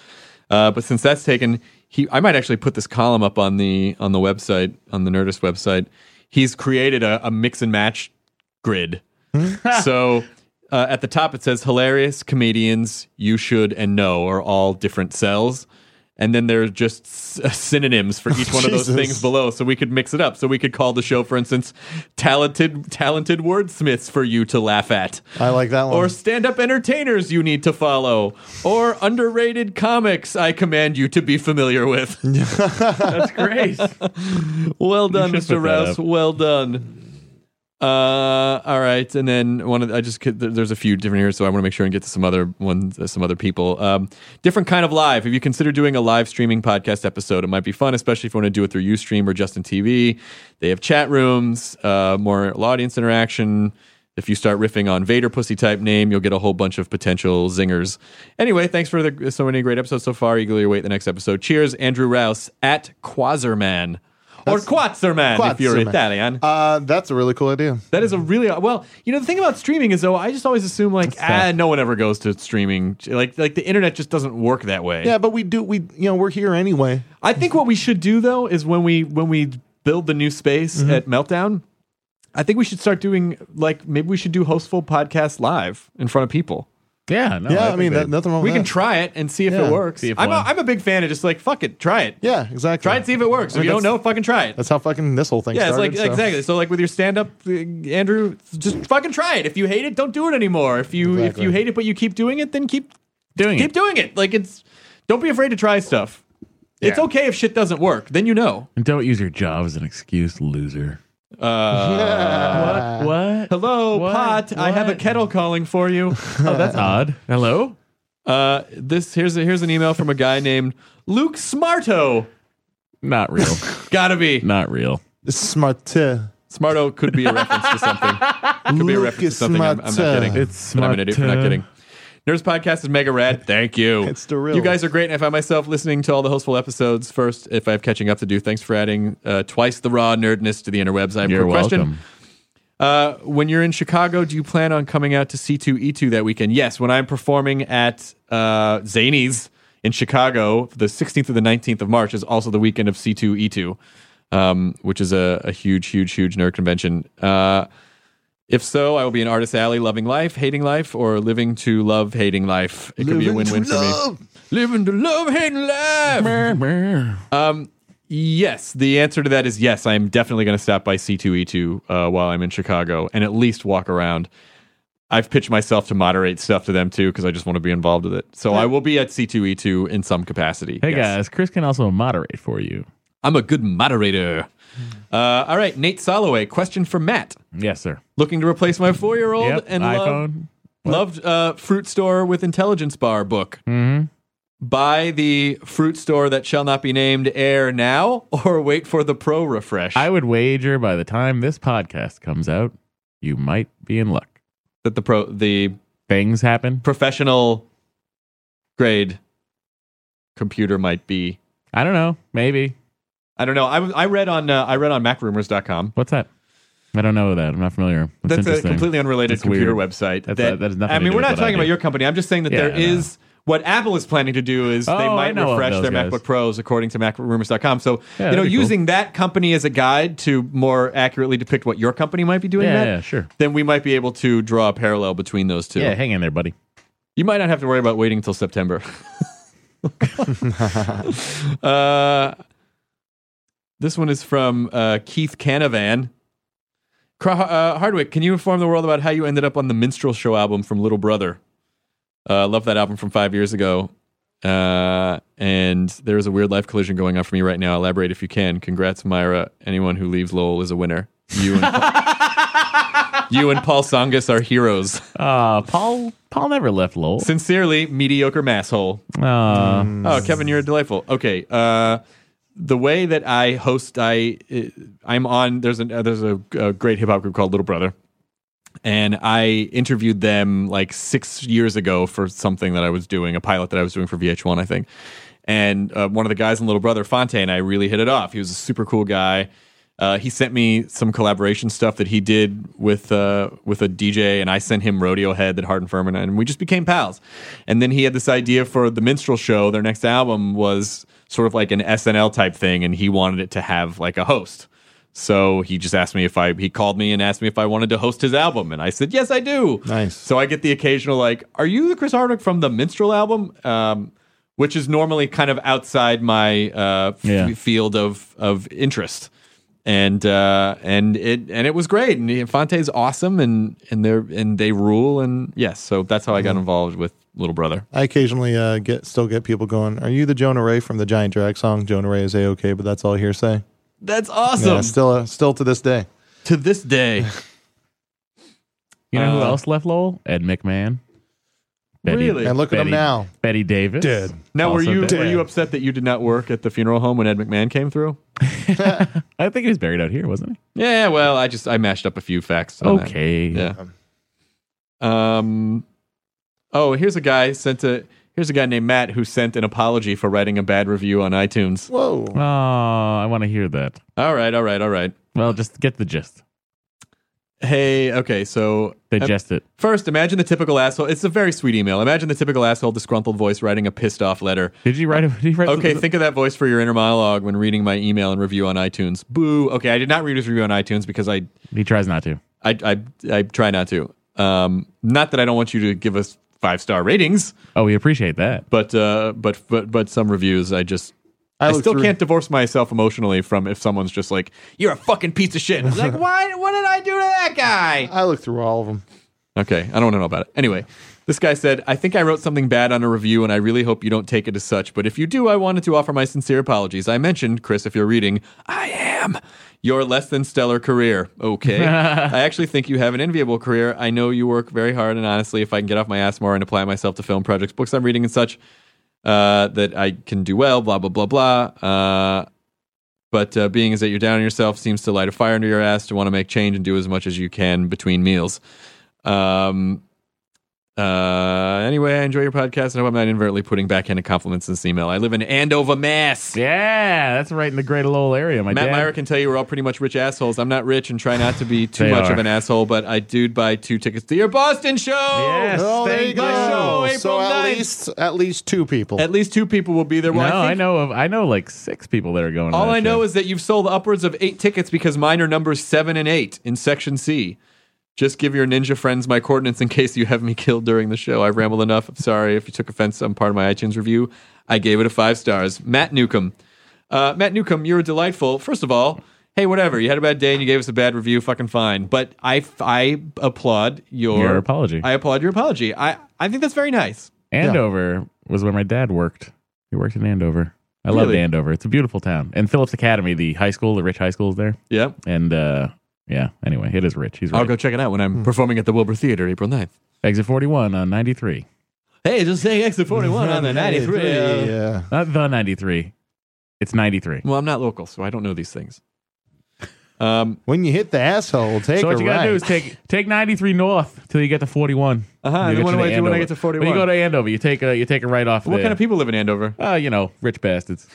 S2: Uh, but since that's taken, he I might actually put this column up on the on the website on the Nerdist website. He's created a, a mix and match grid. so uh, at the top it says hilarious comedians you should and know are all different cells. And then there are just s- synonyms for each one of those
S3: Jesus.
S2: things below, so we could mix it up. So we could call the show, for instance, "talented talented wordsmiths for you to laugh at."
S3: uh, I like that one.
S2: or stand up entertainers you need to follow, or underrated comics I command you to be familiar with.
S4: That's great.
S2: well done,
S4: should put
S2: Mr.
S4: that
S2: Rouse.
S4: up.
S2: Well done. Uh, all right, and then one of I just could- there- there's a few different here, so I want to make sure and get to some other ones, uh, some other people. Um, different kind of live. If you consider doing a live streaming podcast episode, it might be fun, especially if you want to do it through UStream or Justin TV. They have chat rooms, uh, more audience interaction. If you start riffing on Vader pussy type name, you'll get a whole bunch of potential zingers. Anyway, thanks for the, so many great episodes so far. Eagerly await the next episode. Cheers, Andrew Rouse at Quazerman. Or Quatzerman, if you're
S3: Quatzerman.
S2: Italian.
S3: Uh, that's a really cool idea.
S2: that is a really well. You know the thing about streaming is though, I just always assume like ah, no one ever goes to streaming. Like like the internet just doesn't work that way.
S3: Yeah, but we do. We you know we're here anyway.
S2: I think what we should do though is when we when we build the new space
S3: Mm-hmm.
S2: at Meltdown, I think we should start doing like maybe we should do hostful podcasts live in front of people.
S4: Yeah. No,
S3: yeah, I
S4: think
S3: mean
S4: they-
S3: that, nothing wrong.
S2: We
S3: with
S2: can
S3: that.
S2: try it and see if
S3: Yeah.
S2: it works.
S4: See if
S2: I'm a,
S4: one-
S2: I'm a big fan of just like fuck it, try it,
S3: Yeah, exactly.
S2: try it, see if it works.
S3: I mean,
S2: if you don't know,
S3: that's-
S2: fucking try it.
S3: That's how fucking this whole thing.
S2: Yeah, it's
S3: started,
S2: like
S3: so.
S2: exactly. So like with your stand up, Andrew, just fucking try it. If you hate it, don't do it anymore. If you
S3: Exactly.
S2: if you hate it but you keep doing it, then keep
S4: doing
S2: keep
S4: it.
S2: doing it. Like it's don't be afraid to try stuff. It's
S4: Yeah.
S2: okay if shit doesn't work. Then you know.
S4: And don't use your job as an excuse, loser.
S2: Uh,
S4: what?
S2: Hello,
S4: What?
S2: pot. I have a
S4: What?
S2: kettle calling for you.
S4: Oh, that's odd. Hello?
S2: Uh, this here's a, here's an email from a guy named Luke Smarto.
S4: Not real.
S2: Gotta be
S4: Not real.
S3: It's smart. too.
S2: Smarto could be a reference to something. Could be a reference to something. I'm, I'm not kidding.
S4: It's
S2: But I'm an idiot for not
S4: smart, uh,
S2: kidding. Nerds Podcast is mega rad. Thank you.
S3: It's the real.
S2: You guys are great, and I find myself listening to all the hostful episodes first. If I have catching up to do, thanks for adding uh, twice the raw nerdness to the interwebs. I have a
S4: You're
S2: quick
S4: welcome.
S2: Uh, when you're in Chicago, do you plan on coming out to C2E2 that weekend? Yes, when I'm performing at uh, Zany's in Chicago, the 16th to the 19th of March is also the weekend of E C2E2, um, which is a, a huge, huge, huge nerd convention. Uh, If so, I will be an artist alley loving life, hating life, or living to love, hating life. It could be a win
S3: Living to
S2: win for me.
S3: love.
S2: Living to love, hating life. Yes, the answer to that is yes. I am definitely going to stop by C2E2 uh, while I'm in Chicago and at least walk around. I've pitched myself to moderate stuff to them too because I just want to be involved with it. So I will be at C2E2 in some capacity.
S4: Hey
S2: yes.
S4: guys, Chris can also moderate for you.
S2: I'm a good moderator.
S4: Hmm.
S2: Uh, all right, Nate Soloway, question for Matt.
S4: Yes, sir.
S2: Looking to replace my four year old
S4: Yep,
S2: and love,
S4: iPhone.
S2: loved uh, Fruit Store with Intelligence Bar book.
S4: Mhm.
S2: Buy the Fruit Store that shall not be named air now or wait for the pro refresh.
S4: I would wager by the time this podcast comes out, you might be in luck.
S2: that the pro the
S4: Things happen.
S2: professional grade computer might be.
S4: I don't know. Maybe.
S2: I don't know. I, I read on uh, I read on macrumors.com.
S4: What's that? I don't know that. I'm not familiar.
S2: That's a
S4: interesting.
S2: completely unrelated
S4: That's
S2: computer
S4: weird.
S2: website.
S4: That's-
S2: that,
S4: that has nothing
S2: I
S4: to
S2: mean,
S4: do
S2: we're
S4: with
S2: not
S4: what I
S2: talking
S4: do.
S2: about your company. I'm just saying that
S4: Yeah,
S2: there
S4: I know.
S2: is what Apple is planning to do is
S4: Oh,
S2: they
S4: I
S2: might
S4: know of
S2: refresh
S4: those
S2: their
S4: guys.
S2: MacBook Pros according to macrumors.com. So, you
S4: Yeah,
S2: know,
S4: that'd be cool.
S2: using that company as a guide to more accurately depict what your company might be doing
S4: Yeah,
S2: that,
S4: yeah, sure.
S2: then we might be able to draw a parallel between those two.
S4: Yeah, hang in there, buddy.
S2: You might not have to worry about waiting until September. uh, this one is from uh, Keith Canavan. Cro- uh, Hardwick, can you inform the world about how you ended up on the Minstrel Show album from Little Brother? Uh, love that album from five years ago. Uh, and there is a weird life collision going on for me right now. Elaborate if you can. Congrats, Myra. Anyone who leaves Lowell is a winner. You and, you and Paul Songus are heroes.
S4: Uh, Paul Paul never left Lowell.
S2: Sincerely, mediocre masshole.
S4: Uh,
S2: Oh, Kevin, you're delightful. Okay. Uh, the way that I host, I uh, I'm on. There's an uh, there's a, a great hip hop group called Little Brother, and I interviewed them like six years ago for something that I was doing, a pilot that I was doing for VH1, I think. And uh, one of the guys in Little Brother, Fonte, and I really hit it off. He was a super cool guy. Uh, he sent me some collaboration stuff that he did with uh, with a DJ, and I sent him Rodeo Head that Hardin Furman, and we just became pals. And then he had this idea for the Minstrel Show. Their next album was sort of like an SNL type thing, and he wanted it to have like a host. So he just asked me if I he called me and asked me if I wanted to host his album, and I said yes, I do.
S3: Nice.
S2: So I get the occasional like, "Are you the Chris Hardwick from the Minstrel album?" Um, which is normally kind of outside my uh, f-
S4: Yeah.
S2: field of of interest, and uh, and it and it was great. And Infante's awesome, and and they are and they rule. And yes, so that's how I
S3: Mm-hmm.
S2: got involved with Little Brother.
S3: I occasionally uh, get still get people going. Are you the Jonah Ray from the Giant Drag song? Jonah Ray is a okay, but that's all hearsay.
S2: That's
S3: Yeah,
S2: awesome.
S3: still uh, still to this day.
S2: to this day,
S4: you know who
S2: Uh,
S4: else left Lowell? Ed McMahon.
S2: Really?
S3: And look at him
S4: Betty-
S3: now.
S4: Betty Davis.
S3: Dead.
S2: now were
S4: Also
S2: you
S4: dead.
S2: were you upset that you did not work at the funeral home when Ed McMahon came through?
S4: I think he was buried out here, wasn't
S2: Yeah, well, I just I mashed up a few facts.
S4: he?
S2: on that.
S4: Okay.
S2: Yeah. Um. Oh, here's a guy sent a here's a guy named Matt who sent an apology for writing a bad review on iTunes.
S3: Whoa.
S4: Oh, I want to hear that.
S2: All right, all right, all right.
S4: Well, just get the gist.
S2: Hey, okay, so uh,
S4: Digest it.
S2: first, imagine the typical asshole. It's a very sweet email. Imagine the typical asshole, disgruntled voice writing a pissed off letter.
S4: Did you write? a- Did you write
S2: Okay, think of that voice for your inner monologue when reading my email and review on iTunes. Boo. Okay, I did not read his review on iTunes because I
S4: he tries not to.
S2: I, I, I try not to. Um, not that I don't want you to give us five star ratings,
S4: Oh, we appreciate that.
S2: but uh, but but but some reviews I just I,
S3: looked
S2: still
S3: through-
S2: can't divorce myself emotionally from if someone's just like you're a fucking piece of shit. It's like why what did I do to that guy?
S3: I looked through all of them.
S2: Okay, I don't want to know about it. Anyway, this guy said, I think I wrote something bad on a review, and I really hope you don't take it as such. But if you do, I wanted to offer my sincere apologies. I mentioned, Chris, if you're reading, I am your less than stellar career. Okay. I actually think you have an enviable career. I know you work very hard, and honestly, if I can get off my ass more and apply myself to film projects, books I'm reading, and such, uh, that I can do well, blah, blah, blah, blah. Uh, but uh, being is that you're down on yourself seems to light a fire under your ass to want to make change and do as much as you can between meals. Um, uh, anyway, I enjoy your podcast and hope I'm not inadvertently putting backhanded compliments in this email. I live in Andover, Mass.
S4: Yeah, that's right in the Great Lowell area. My
S2: Matt
S4: dad.
S2: Meyer can tell you we're all pretty much rich assholes. I'm not rich and try not to be too
S4: They
S2: much of
S4: are.
S2: an asshole, but I did buy two tickets to your Boston show.
S4: Yes.
S3: Oh, there
S4: thank
S3: you
S4: you.
S3: go.
S2: Show, April
S3: so at
S2: 9th.
S3: least at least two people.
S2: At least two people will be there. Well,
S4: no, I,
S2: think
S4: know of. I know like six people that are going. to
S2: All
S4: that
S2: I
S4: show.
S2: know is that you've sold upwards of eight tickets because mine are numbers seven and eight in section C. Just give your ninja friends my coordinates in case you have me killed during the show. I rambled enough. I'm sorry if you took offense to some part of my iTunes review. I gave it a five stars. Matt Newcomb. Uh, Matt Newcomb, you were delightful. First of all, hey, whatever. You had a bad day and you gave us a bad review. Fucking fine. But I, I applaud your,
S4: Your apology.
S2: I applaud your apology. I, I think that's very nice.
S4: Andover was where my dad worked. He worked in Andover. I loved
S2: Really?
S4: Andover. It's a beautiful town. And Phillips Academy, the high school, the rich high school is there.
S2: Yeah.
S4: And uh, yeah, anyway, it is rich. He's right.
S2: I'll go check it out when I'm performing at the Wilbur Theater April 9th.
S4: Exit 41 on 93.
S2: Hey, just saying exit 41 on the 93.
S3: Yeah.
S4: Not the 93. It's 93.
S2: Well, I'm not local, so I don't know these things. Um,
S3: When you hit the asshole, take
S4: so
S3: a
S4: what you
S3: right.
S4: gotta do is take take 93 north till you get to 41.
S2: Uh-huh,
S4: You
S2: and
S4: get
S2: what
S4: to
S2: do I
S4: the
S2: do when I
S4: Andover.
S2: get to
S4: When you
S2: 41?
S4: go to Andover, you take a you take a right off.
S2: what
S4: there.
S2: kind of people live in Andover?
S4: Oh, you know, rich bastards.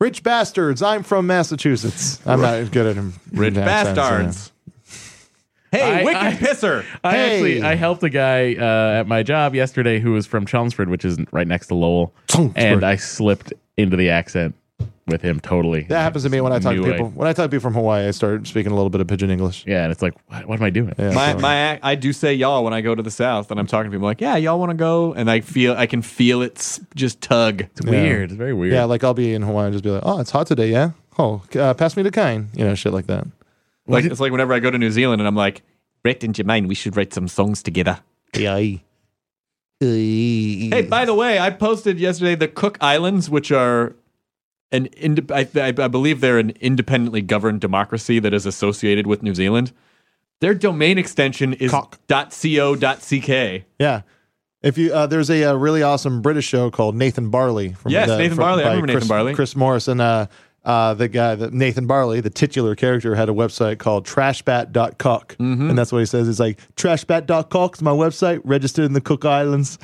S3: Rich bastards. I'm from Massachusetts. I'm not good at him.
S2: Rich bastards. Hey,
S4: I-
S2: wicked
S4: I-
S2: pisser.
S4: I
S3: Hey.
S4: actually I helped a guy uh, at my job yesterday who was from Chelmsford, which is right next to Lowell,
S3: Chelmsford.
S4: and I slipped into the accent with him totally.
S3: That happens to me when I talk to
S4: Knew I-
S3: people. When I talk to people from Hawaii, I start speaking a little bit of pigeon English.
S4: Yeah, and it's like, what, what am I doing?
S3: Yeah,
S2: My,
S3: so-
S2: my, ac- I do say y'all when I go to the South, and I'm talking to people like, yeah, y'all want to go, and I feel, I can feel it s- just tug.
S4: It's weird. It's very weird.
S3: yeah, like I'll be in Hawaii and just be like, "Oh, it's hot today, yeah. Oh, uh, pass me the kind, you know, shit like that."
S2: Like it's like whenever I go to New Zealand, and I'm like, Brett and Jermaine, we should write some songs together. Hey, by the way, I posted yesterday the Cook Islands, which are an inde- I, I, I believe they're an independently governed democracy that is associated with New Zealand. Their domain extension is
S3: Cock.
S2: .co.ck.
S3: Yeah. If you uh, there's a, uh really awesome British show called Nathan Barley. From
S2: Yes, Nathan Barley. I
S3: by
S2: remember Nathan
S3: Chris,
S2: Barley.
S3: Chris Morrison. Uh, uh, the guy that Nathan Barley, the titular character, had a website called trashbat.cock. And that's what he says. It's like trashbat.cock is my website, registered in the Cook Islands.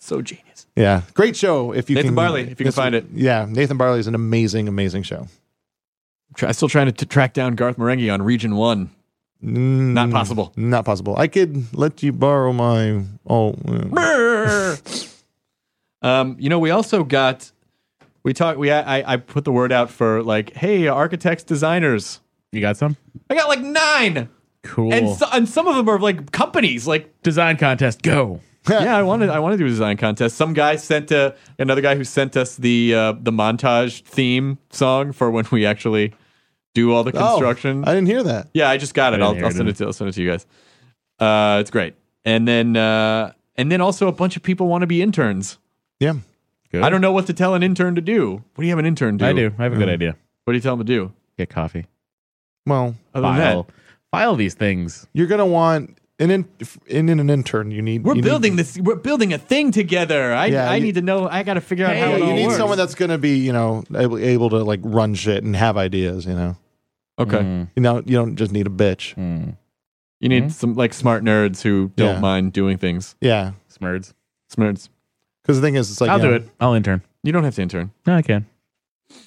S2: So genius.
S3: Yeah. Great show if you
S2: Nathan
S3: can
S2: Barley, if you can
S3: this-
S2: find it.
S3: Yeah. Nathan Barley is an amazing, amazing show.
S2: I'm try- still trying to t- track down Garth Marenghi on Region 1. Not possible.
S3: Not possible. I could let you borrow my oh uh,
S2: um, you know, we also got we talked we I, I put the word out for like, hey, architects, designers.
S4: You got some?
S2: I got like nine,
S4: Cool.
S2: and so, and some of them are like companies. Like,
S4: Design contest, go.
S2: yeah, I wanted I want to do a design contest. Some guy sent a, another guy who sent us the uh, the montage theme song for when we actually do all the
S3: oh,
S2: construction.
S3: I didn't hear that.
S2: Yeah, I just got it.
S4: I
S2: I'll, I'll
S4: inherited
S2: send
S4: it.
S2: it to I'll send it to you guys. Uh, it's great. And then uh, and then also a bunch of people want to be interns.
S3: Yeah.
S4: Good.
S2: I don't know what to tell an intern to do. What do you have an intern do? Mm.
S4: I do. I have a good idea.
S2: What do you tell them to do?
S4: Get coffee.
S3: Well,
S2: Other than that,
S4: File. File these things.
S3: you're gonna want an in, in, in an intern. You need
S2: we're
S3: you
S2: building
S3: Need,
S2: this. We're building a thing together. I
S3: Yeah,
S2: I
S3: you-
S2: need to know. I got to figure out
S4: Hey,
S2: how
S3: yeah,
S2: it
S3: you
S2: all
S3: need
S2: works.
S3: someone that's gonna be you know able, able to like run shit and have ideas. You know,
S2: okay.
S4: Mm-hmm.
S3: you know you don't just need a bitch.
S4: Mm.
S2: You need some like smart nerds who don't
S3: Yeah.
S2: mind doing things.
S3: Yeah,
S4: Smurds.
S2: Smarts.
S3: because the thing is, it's like
S4: I'll
S3: you
S4: do
S3: know,
S4: it. I'll intern.
S2: You don't have to intern.
S4: No, I can.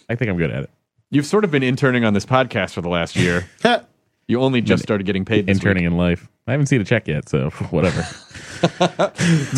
S4: I think I'm good at it.
S2: You've sort of been interning on this podcast for the last year.
S3: Heh.
S2: you only just started getting paid. This
S4: Interning in life. I haven't seen a check yet, so whatever.
S2: week.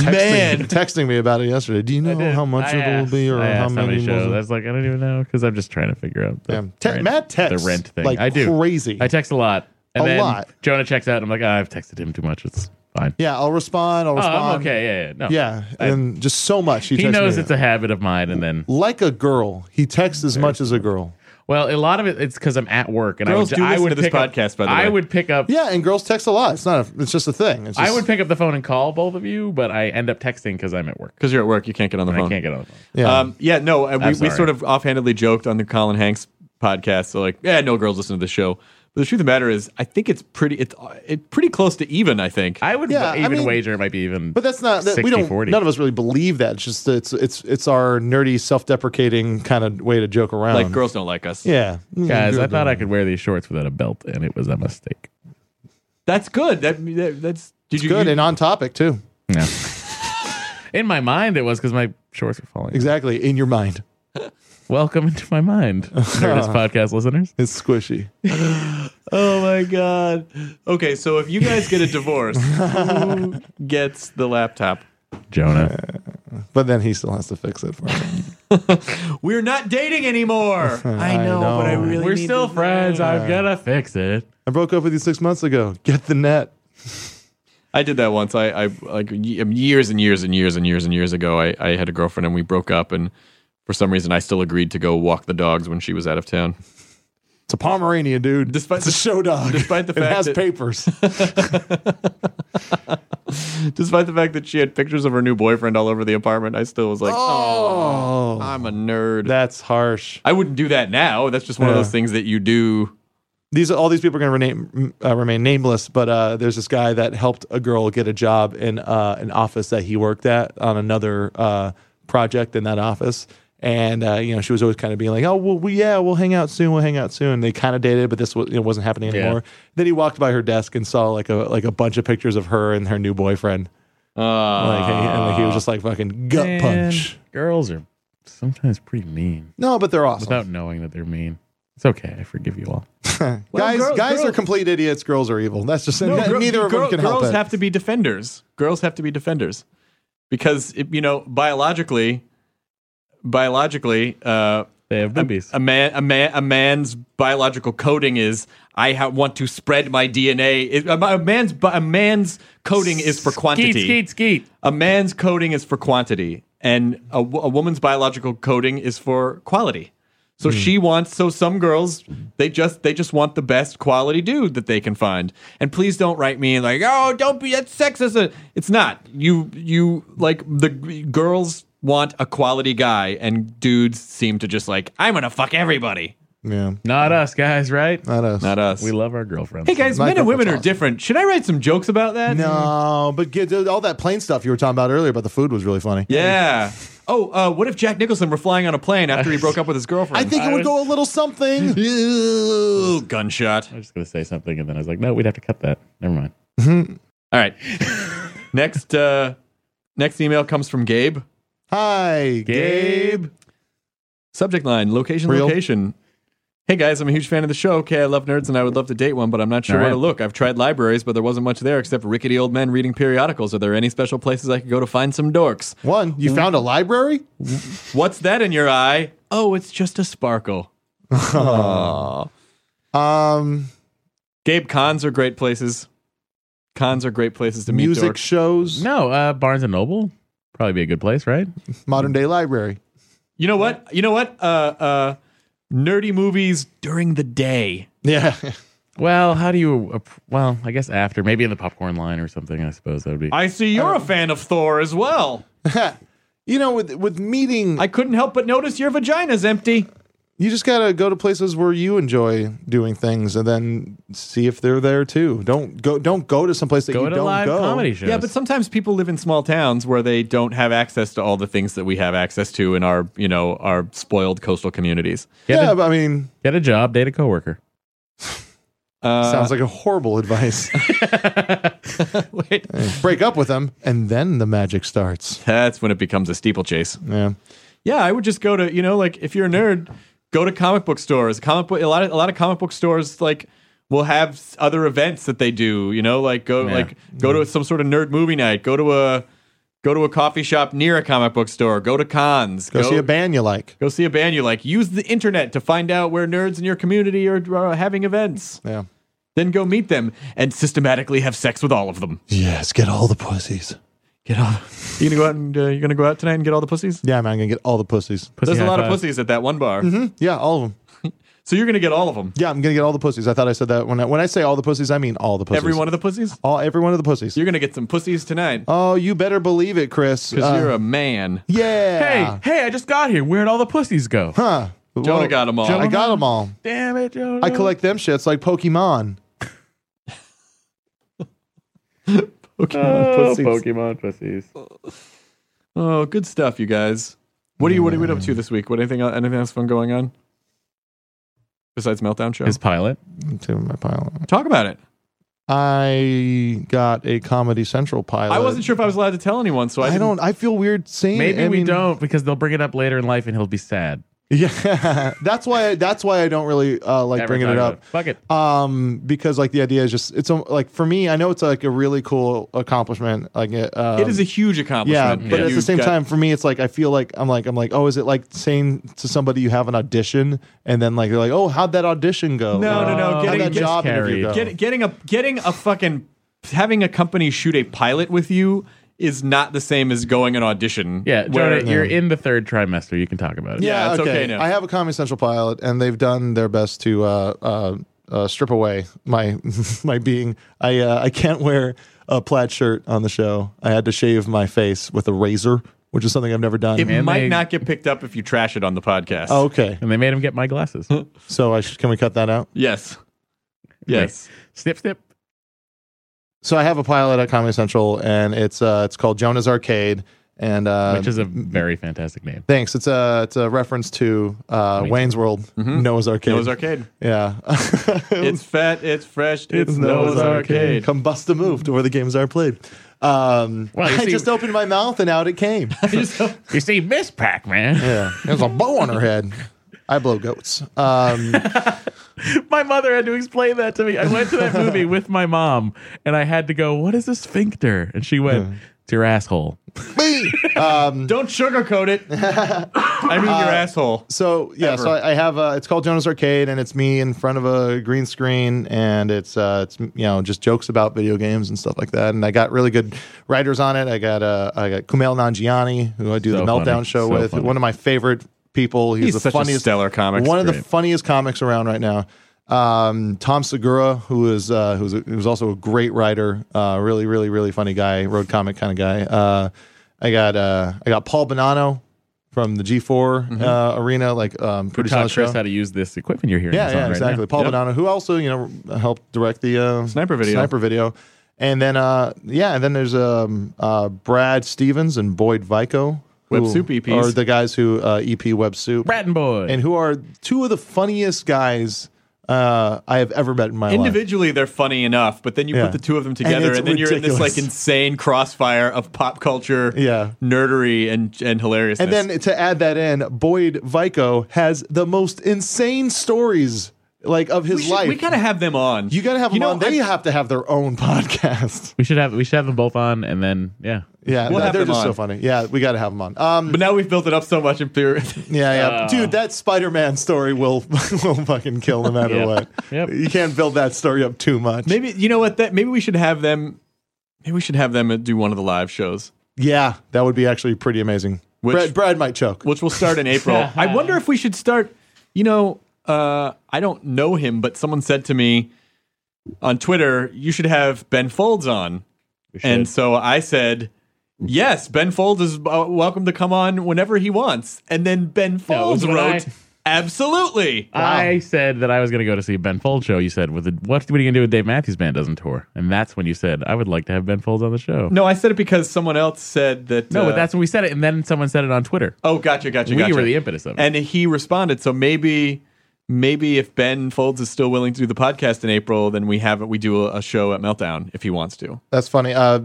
S2: man.
S3: texting me about it yesterday. Do you know
S4: did.
S3: Oh, how much
S4: I
S3: it will
S4: asked-
S3: be or
S4: I
S3: how
S4: asked
S3: many?
S4: shows.
S3: was it?
S4: I was like, I don't even know because I'm just trying to figure out. The
S3: Damn. Te-
S4: rent-
S3: Matt texts
S4: the rent thing.
S3: Like
S4: I do
S3: crazy.
S4: I text a lot. And
S3: A
S4: then
S3: lot.
S4: Jonah checks out. And I'm like, oh, I've texted him too much. It's fine.
S3: yeah, I'll respond. I'll
S4: oh,
S3: respond.
S4: I'm okay. Yeah, yeah. No.
S3: Yeah, and just so much. He,
S4: He
S3: texts
S4: knows
S3: me.
S4: it's a habit of mine, and then
S3: like a girl. He texts as much as a girl.
S4: well, a lot of it it's because I'm at work, and
S2: Girls
S4: I would
S2: do
S4: I
S2: listen
S4: would
S2: to this
S4: pick up-
S2: podcast, by the
S4: I
S2: way.
S4: would pick up.
S3: Yeah, and girls text a lot. It's not. A, it's just a thing. It's just,
S4: I would pick up the phone and call both of you, but I end up texting because I'm at work.
S2: Because you're at work, you can't get on the
S4: and
S2: phone.
S4: I can't get on the phone.
S3: Yeah.
S2: Um, yeah, no, uh, we,
S4: I'm
S2: we
S4: sorry.
S2: sort of offhandedly joked on the Colin Hanks podcast. So like, yeah, no girls listen to the show. But the truth of the matter is, I think it's pretty, it's uh, it pretty close to even. I think.
S4: I would
S3: Yeah, I
S4: even
S3: mean-
S4: wager it might be even.
S3: But that's not that we don't.
S4: 60-40.
S3: None of us really believe that. It's just it's it's it's our nerdy, self-deprecating kind of way to joke around.
S2: like girls don't like us.
S3: yeah, Mm,
S4: guys, I
S3: Good.
S4: thought I could wear these shorts without a belt, and it was a mistake.
S2: that's good. That, that that's did you
S3: good
S2: you-
S3: and on topic too.
S4: No. In my mind, it was because my shorts were falling.
S3: Exactly in your mind,
S4: Welcome into my mind, Nerdist podcast listeners.
S3: it's squishy.
S2: oh my god. Okay, so if you guys get a divorce, who gets the laptop?
S4: Jonah,
S3: But then he still has to fix it for me.
S2: We're not dating anymore. I know, but I
S3: know.
S2: really
S4: we're
S2: need
S4: still
S2: this-
S4: friends. I'm gonna fix it.
S3: I broke up with you six months ago. Get the net.
S2: I did that once. I, I like ye- years and years and years and years and years ago. I, I had a girlfriend and we broke up, and for some reason, I still agreed to go walk the dogs when she was out of town.
S3: It's a Pomeranian, dude.
S2: Despite
S3: it's
S2: the-
S3: a show dog.
S2: despite the
S3: it
S2: fact
S3: has
S2: that-
S3: papers.
S2: Despite the fact that she had pictures of her new boyfriend all over the apartment, I still was like, "Oh,
S3: oh,
S2: I'm a nerd."
S3: that's harsh.
S2: I wouldn't do that now. That's just one of
S3: Yeah.
S2: those things that you do.
S3: These all these people are going to rename, uh, remain nameless, but uh, there's this guy that helped a girl get a job in uh, an office that he worked at on another uh, project in that office. And uh, you know, she was always kind of being like, "Oh, well, we, yeah, we'll hang out soon. We'll hang out soon." They kind of dated, but this was, it wasn't happening
S4: Yeah.
S3: anymore. Then he walked by her desk and saw like a like a bunch of pictures of her and her new boyfriend.
S2: Uh,
S4: Ah.
S3: Like, and, like, he was just like fucking gut
S4: Man,
S3: punch.
S4: Girls are sometimes pretty mean
S3: No, but they're awesome.
S4: without knowing that they're mean. It's okay. I forgive you all.
S3: guys,
S2: girl-
S3: guys
S2: girl-
S3: are complete idiots. Girls are evil. That's just
S2: No,
S3: ne-
S2: gir-
S3: neither of
S2: gir-
S3: them can
S2: girls
S3: help it.
S2: have to be defenders. Girls have to be defenders because it, you know biologically, biologically, uh,
S4: They have boobies.
S2: a man, a man, a man's biological coding is I ha- want to spread my DNA. It- a, a man's bi- a man's coding is for quantity.
S4: Skeet, skeet, skeet.
S2: A man's coding is for quantity, and a, wo- a woman's biological coding is for quality. So she wants. So some girls, they just they just want the best quality dude that they can find. And please don't write me like, oh, don't be that's sexist. It's not. You you like the g- girls want a quality guy, and dudes seem to just like, I'm gonna fuck everybody.
S3: Yeah,
S4: Not us, guys, right?
S3: not us.
S2: Not us.
S4: We love our girlfriends.
S2: hey guys, men and
S3: Microphone's
S2: women are
S3: awesome.
S2: different. Should I write some jokes about that?
S3: no, but get, all that plain stuff you were talking about earlier about the food was really funny.
S2: Yeah. Oh, uh, what if Jack Nicholson were flying on a plane after he broke up with his girlfriend?
S3: I think it would go a little something.
S2: Ew, gunshot.
S4: I was just going to say something, and then I was like, no, we'd have to cut that. Never mind.
S2: All right. next, uh, next email comes from Gabe.
S3: Hi, Gabe.
S2: Subject line: Location,
S3: Real.
S2: location. Hey guys, I'm a huge fan of the show. Okay, I love nerds and I would love to date one, but I'm not sure
S4: All
S2: where to
S4: right.
S2: look. I've tried libraries, but there wasn't much there except rickety old men reading periodicals. Are there any special places I could go to find some dorks?
S3: One, you found a library?
S2: What's that in your eye? Oh, it's just a sparkle. Aw.
S3: Um,
S2: Gabe, cons are great places. Cons are great places to meet
S3: music
S2: dorks.
S3: shows,
S4: No, uh, Barnes and Noble probably be a good place, right?
S3: modern day library.
S2: You know what? You know what? Uh, uh, nerdy movies during the day.
S3: Yeah,
S4: Well, how do you? ap- Well, I guess after maybe in the popcorn line or something. I suppose that would be.
S2: I see you're a fan of Thor as well.
S3: you know, with with meeting,
S2: I couldn't help but notice your vagina's empty.
S3: you just gotta go to places where you enjoy doing things, and then see if they're there too. Don't go. Don't go to some place that
S4: go
S3: you
S4: to
S3: don't
S4: live
S3: go.
S4: comedy shows.
S2: Yeah, but sometimes people live in small towns where they don't have access to all the things that we have access to in our, you know, our spoiled coastal communities.
S4: Get,
S3: yeah,
S4: a,
S3: but I mean,
S4: get a job, date a coworker.
S2: Uh,
S3: sounds like a horrible advice.
S2: wait,
S3: Break up with them, and then the magic starts.
S2: that's when it becomes a steeplechase.
S3: Yeah.
S2: Yeah, I would just go to you know like if you're a nerd, go to comic book stores. Comic book a lot of a lot of comic book stores like will have s- other events that they do. You know like go
S4: Yeah.
S2: like go to some sort of nerd movie night. Go to a go to a coffee shop near a comic book store. Go to cons.
S3: Go, see a band you like.
S2: Go see a band you like. Use the internet to find out where nerds in your community are, are having events.
S3: Yeah.
S2: Then go meet them and systematically have sex with all of them.
S3: Yes, get all the pussies.
S2: Get all. You gonna go out and uh, you gonna go out tonight and get all the pussies?
S3: Yeah, man, I'm gonna get all the pussies.
S4: Pussy
S2: There's a
S4: high
S2: lot of
S4: five.
S2: pussies at that one bar,
S3: Yeah, all of them.
S2: so you're gonna get all of them.
S3: Yeah, I'm gonna get all the pussies. I thought I said that when I, when I say all the pussies, I mean all the pussies.
S2: Every one of the pussies?
S3: all every one of the pussies.
S2: You're going to get some pussies tonight
S3: oh, you better believe it, Chris.
S2: because
S3: Uh,
S2: you're a man.
S3: yeah.
S4: Hey, hey! I just got here. Where'd all the pussies go?
S3: huh?
S2: Jonah got 'em all.
S3: I got them all.
S4: Damn it, Jonah!
S3: I collect them shits like Pokemon.
S2: Pokemon
S4: oh, Pokemon pussies.
S2: Uh, Oh, good stuff, you guys. What are you what are we up to this week? What anything uh, anything else fun going on? Besides Meltdown Show?
S4: His pilot.
S3: To my pilot.
S2: Talk about it.
S3: I got a Comedy Central pilot.
S2: I wasn't sure if I was allowed to tell anyone, so I,
S3: I
S2: didn't-
S3: don't. I feel weird saying.
S4: Maybe
S3: it. I
S4: we
S3: mean-
S4: don't because they'll bring it up later in life and he'll be sad.
S3: Yeah, that's why. That's why I don't really uh, like
S4: Never
S3: bringing
S4: talk
S3: it
S4: about
S3: up.
S4: Fuck it.
S3: um because like the idea is just it's um, like for me i know it's like a really cool accomplishment like uh
S2: It is a huge
S3: yeah
S2: accomplishment.
S3: but
S2: that
S3: at the
S2: you
S3: same
S2: got-
S3: time for me it's like i feel like i'm like i'm like oh is it like saying to somebody you have an audition and then like they're like oh how'd that audition go
S2: No,
S3: Like,
S2: no, no.
S3: how'd
S2: Getting,
S3: that
S2: get-
S3: job interview
S4: carried.
S3: go?
S2: get- getting a getting a fucking having a company shoot a pilot with you is not the same as going an audition.
S4: Yeah,
S2: where-
S4: Jonah, you're in the third trimester. You can talk about it.
S2: Yeah, it's okay now.
S3: I have a Comedy Central pilot, and they've done their best to uh, uh, uh, strip away my my being. I uh, I can't wear a plaid shirt on the show. I had to shave my face with a razor, which is something I've never done.
S2: it
S4: And
S2: might
S4: they-
S2: not get picked up if you trash it on the podcast.
S3: Oh, okay,
S4: And they made him get my glasses.
S3: so I should, can we cut that out?
S2: yes, yes.
S4: snip, snip.
S3: So I have a pilot at Comedy Central, and it's uh, it's called Jonah's Arcade, and uh,
S4: Which is a very fantastic name.
S3: thanks. It's a it's a reference to uh, Wayne's World, Noah's Arcade,
S2: Mm-hmm. Noah's Arcade.
S3: yeah.
S2: It's fat. It's fresh. It's
S3: It's
S2: Noah's Arcade.
S3: Come bust a move to where the games are played. Um,
S4: Well, you
S3: I
S4: see-
S3: just opened my mouth and out it came.
S4: You see, Miss Pac Man.
S3: yeah, there's a bow on her head. I blow goats. Um,
S4: My mother had to explain that to me. I went to that movie with my mom, and I had to go, "What is a sphincter?" And she went, "It's your asshole."
S3: me. Um,
S2: Don't sugarcoat it. I mean, your asshole.
S3: so yeah, so I, I have a, it's called Jonah's Arcade, and it's me in front of a green screen, and it's uh, it's you know just jokes about video games and stuff like that. And I got really good writers on it. I got uh, I got Kumail Nanjiani, who I do
S4: So
S3: the Meltdown
S4: funny.
S3: show
S4: So
S3: with,
S4: funny.
S3: one of my favorite people. He's,
S2: He's
S3: the
S2: such a
S3: funniest
S2: stellar comic.
S3: One of the
S2: Great.
S3: funniest comics around right now. Um, Tom Segura, who is uh, who's a, who's also a great writer, uh, really, really, really funny guy, road comic kind of guy. Uh, I got uh, I got Paul Bonanno from the G4
S2: Mm-hmm.
S3: uh, arena, like um,
S4: Who
S3: pretty
S4: taught
S3: solid show.
S4: Chris how to use this equipment you're hearing?
S3: yeah,
S4: us
S3: yeah,
S4: on right
S3: exactly. Paul
S2: Yep.
S3: Bonanno, who also you know helped direct the uh,
S2: Sniper video.
S3: sniper video. And then uh, yeah, and then there's um, uh, Brad Stevens and Boyd Vico.
S2: Web
S3: who
S2: Soup E EPs.
S3: are the guys who uh, EP Web Soup
S4: now. Bratton boy.
S3: and who are two of the funniest guys uh, I have ever met in my life.
S2: Individually, they're funny enough, but then you
S3: Yeah.
S2: put the two of them
S3: And
S2: together, and,
S3: it's
S2: then you're in this like
S3: ridiculous.
S2: insane crossfire of pop culture,
S3: Yeah.
S2: nerdery, and and hilariousness.
S3: And then to add that in, Boyd Vico has the most insane stories like of his
S2: we, should-
S3: life.
S2: we gotta have them on.
S3: you gotta have them
S2: know,
S3: on. They
S2: I-
S3: have to have their own podcast.
S4: we should have we should have them both on, and then yeah,
S3: Yeah,
S2: We'll have
S3: they're
S2: them
S3: just so
S2: on.
S3: funny. Yeah, we gotta have them on. Um,
S2: But uh, now we've built it up so much in theory.
S3: yeah, yeah, dude, that Spider-Man story will will fucking kill no matter
S4: Yep.
S3: what.
S4: Yep.
S3: You can't build that story up too much.
S2: maybe you know what? That maybe we should have them. Maybe we should have them uh, do one of the live shows,
S3: Yeah, that would be actually pretty amazing.
S2: Which-
S3: Brad, Brad might choke.
S2: which will start in April. I wonder if we should start. You know, uh, I don't know him, but someone said to me on Twitter, "You should have Ben Folds on." And so I said, "Yes, Ben Folds is uh, welcome to come on whenever he wants." And then Ben
S4: was
S2: Folds
S4: when
S2: wrote,
S4: I-
S2: "Absolutely."
S4: I said that I was going to go to see a Ben Folds show. You said, "With the, what, what are you going to do with Dave Matthews Band doesn't tour?" And that's when you said, "I would like to have Ben Folds on the show."
S2: No, I said it because someone else said that.
S4: No,
S2: uh,
S4: but that's when we said it, and then someone said it on Twitter.
S2: Oh, gotcha, gotcha,
S4: we
S2: gotcha.
S4: were the impetus of it.
S2: and he responded. So maybe, maybe if Ben Folds is still willing to do the podcast in April, then we have we do a, a show at Meltdown if he wants to.
S3: That's funny. Uh,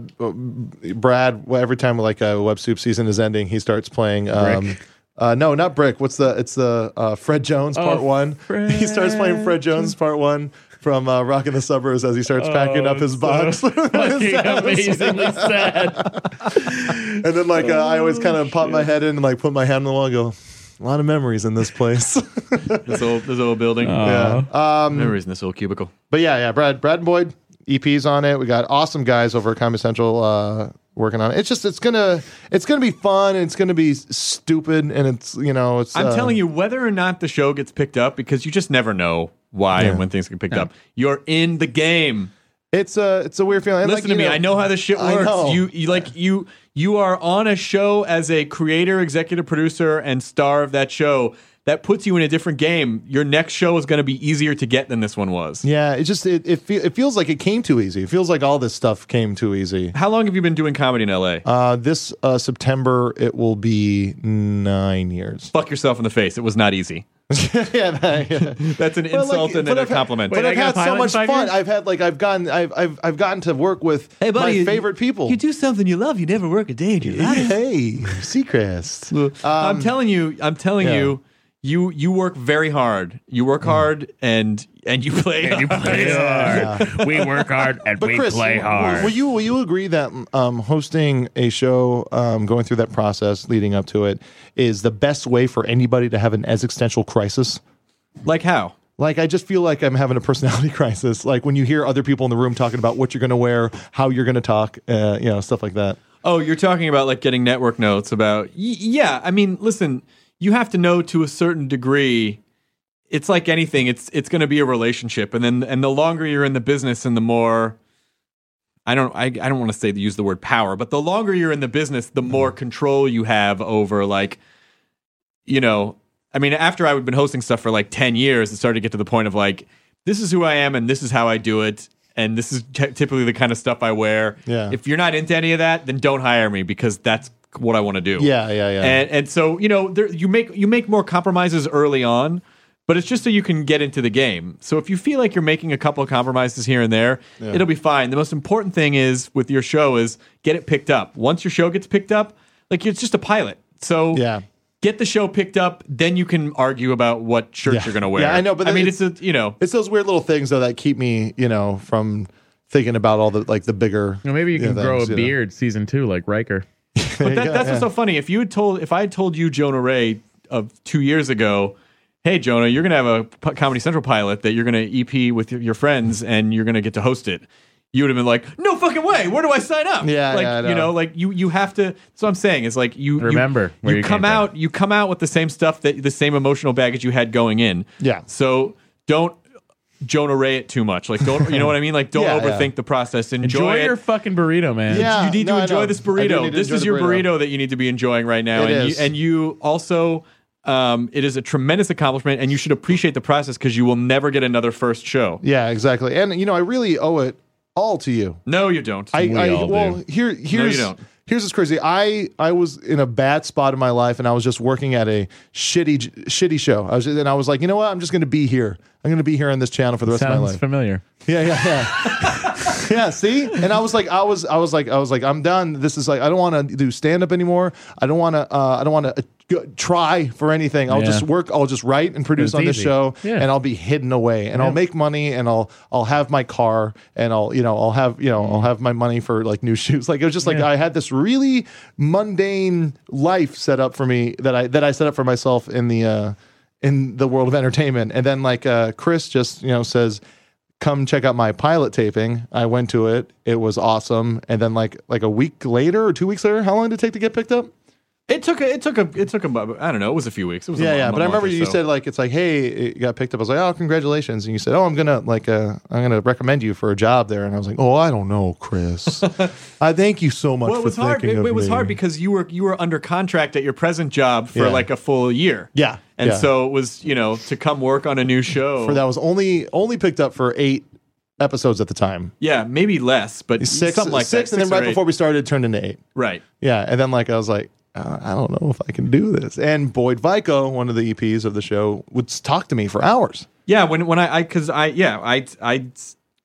S3: Brad, every time like a web soup season is ending, he starts playing. Um, uh, no, not brick. What's the? It's the uh, Fred Jones part
S4: Oh,
S3: one.
S4: Fred
S3: He starts playing Fred Jones part one from uh, Rock in the Suburbs as he starts packing up his
S4: Oh, So
S3: box.
S4: fucking amazingly sad.
S3: and then like uh, I always
S4: oh,
S3: kind of pop my head in and like put my hand on the wall and go. A lot of memories in this place.
S4: Uh-huh.
S2: This old this old building.
S4: Uh,
S3: yeah. Um,
S2: Memories in this old cubicle.
S3: But yeah, yeah, Brad, Brad and Boyd EPs on it. We got awesome guys over at Comedy Central uh, working on it. It's just it's gonna it's gonna be fun and it's gonna be s- stupid and it's you know it's.
S2: I'm
S3: uh,
S2: telling you, whether or not the show gets picked up, because you just never know why and when things get picked up. You're in the game.
S3: it's a it's a weird feeling. And,
S2: Listen
S3: like,
S2: to
S3: you
S2: me. I know how this shit
S3: I
S2: works.
S3: know.
S2: You, you like you you are on a show as a creator, executive producer, and star of that show. That puts you in a different game. Your next show is going to be easier to get than this one was.
S3: Yeah, it just it it, fe- it feels like it came too easy. It feels like all this stuff came too easy.
S2: How long have you been doing comedy in LA?
S3: Uh, this uh, September it will be nine years.
S2: Fuck yourself in the face. It was not easy.
S3: yeah, that- yeah.
S2: That's an
S3: Well,
S2: insult
S3: like,
S2: and
S3: but
S2: then a
S3: I've had-
S2: compliment.
S3: But
S4: I
S3: I've
S4: got a
S3: had so
S4: pilot in
S3: much
S4: five
S3: fun.
S4: years?
S3: I've had like I've gotten I've I've I've gotten to work with my favorite people.
S2: do something you love. You never work a day in your
S3: Hey, Seacrest.
S2: I'm telling you, I'm telling
S3: Um, yeah. Mm.
S2: you, you you work very hard. You work hard and and you play.
S4: You
S2: hard.
S4: play hard. We work hard and we play
S3: w-
S4: hard.
S3: Will you will you agree that um, hosting a show, um, going through that process leading up to it, is the best way for anybody to have an existential crisis?
S2: Like how?
S3: Like I just feel like I'm having a personality crisis. Like when you hear other people in the room talking about what you're going to wear, how you're going to talk, uh, you know, stuff like that.
S2: Oh, you're talking about like getting network notes about. Y- yeah, I mean, listen, you have to know to a certain degree. It's like anything. It's it's going to be a relationship, and then and the longer you're in the business, and the more. I don't. I, I don't want to say use the word power, but the longer you're in the business, the
S3: Mm-hmm.
S2: more control you have over like, you know. I mean, after I had been hosting stuff for like ten years, it started to get to the point of like, this is who I am, and this is how I do it, and this is t- typically the kind of stuff I wear.
S3: Yeah.
S2: If you're not into any of that, then don't hire me because that's what I want to do.
S3: Yeah, yeah, yeah.
S2: And and so you know, there, you make you make more compromises early on, but it's just so you can get into the game. So if you feel like you're making a couple of compromises here and there, it'll be fine. The most important thing is with your show is get it picked up. Once your show gets picked up, like it's just a pilot. So
S3: Yeah.
S2: Get the show picked up, then you can argue about what shirt
S3: Yeah.
S2: you're going to wear.
S3: Yeah, I know, but
S2: I mean,
S3: it's-
S2: it's a you know,
S3: It's those weird little things though that keep me, you know, from thinking about all the like the bigger.
S4: You know, maybe you
S3: know,
S4: can grow
S3: things,
S4: a
S3: you know.
S4: beard season two, like Riker.
S2: But that, that's what's so funny. If you had told, if I had told you, Jonah Ray, of two years ago, hey Jonah, you're gonna have a P- Comedy Central pilot that you're gonna EP with your- your friends and you're gonna get to host it, you would have been like, no fucking way. Where do I sign up?
S3: Yeah,
S2: like
S3: yeah, I
S2: you
S3: know.
S2: know, like you you have to. That's what I'm saying. Is like you you-
S4: Remember
S2: you,
S4: where you
S2: come
S4: came from.
S2: out you come out with the same stuff that the same emotional baggage you had going in.
S3: Yeah.
S2: So don't. Jonah Ray it too much. Like don't you know what I mean? Like don't
S3: Yeah, yeah.
S2: overthink the process. Enjoy,
S4: Enjoy
S2: it
S4: your fucking burrito, man.
S3: Yeah.
S2: you need
S3: Ah, no, I
S2: to enjoy
S3: know.
S2: this
S3: I do need
S2: burrito.
S3: to
S2: This
S3: enjoy
S2: is
S3: the
S2: your
S3: burrito.
S2: burrito. that you need to be enjoying right now.
S3: It
S2: and
S3: is.
S2: you and you also um, it is a tremendous accomplishment and you should appreciate the process because you will never get another first show.
S3: Yeah, exactly. And you know, I really owe it all to you.
S2: No, you don't.
S3: I,
S4: We
S3: I
S4: all
S3: well,
S4: do.
S3: here here's
S2: don't.
S3: here's what's crazy. I I was in a bad spot in my life, and I was just working at a shitty j- shitty show. I was and I was like, you know what? I'm just going to be here. I'm going to be here on this channel for the rest of my
S4: Sounds
S3: life.
S4: familiar.
S3: yeah, yeah, yeah. yeah, see? And I was like I was I was like I was like I'm done. This is like I don't want to do stand up anymore. I don't want to uh, I don't want to uh, go- try for anything. I'll
S4: Yeah.
S3: just work, I'll just write and produce
S4: It's
S3: on this
S4: easy.
S3: show
S4: Yeah.
S3: and I'll be hidden away and I'll make money and I'll I'll have my car and I'll you know, I'll have, you know, I'll have my money for like new shoes. Like it was just like I had this really mundane life set up for me that I that I set up for myself in the uh in the world of entertainment. And then like uh Chris just, you know, says come check out my pilot taping. I went to it. It was awesome. And then like like a week later or two weeks later, how long did it take to get picked up?
S2: it took a it took a it took a I don't know, it was a few weeks. It was a
S3: Yeah,
S2: mo-
S3: yeah.
S2: a
S3: But I
S2: month
S3: remember
S2: or
S3: you
S2: so.
S3: said like it's like, hey, it got picked up. I was like, oh, congratulations. And you said, oh, I'm gonna like uh, I'm gonna recommend you for a job there. And I was like, oh, I don't know, Chris. I thank you so much
S2: well, it
S3: for
S2: was
S3: thinking
S2: hard. It,
S3: of
S2: it was
S3: me.
S2: hard because you were you were under contract at your present job for
S3: Yeah.
S2: like a full year.
S3: Yeah,
S2: and
S3: yeah.
S2: so it was you know to come work on a new show
S3: for that was only only picked up for eight episodes at the time.
S2: Yeah, maybe less, but
S3: Six,
S2: something like
S3: six,
S2: that.
S3: and then
S2: or
S3: right
S2: eight.
S3: before we started, it turned into eight.
S2: right.
S3: Yeah, and then like I was like, uh, I don't know if I can do this. And Boyd Vico, one of the EPs of the show, would s- talk to me for hours.
S2: Yeah, when when I because I, yeah I I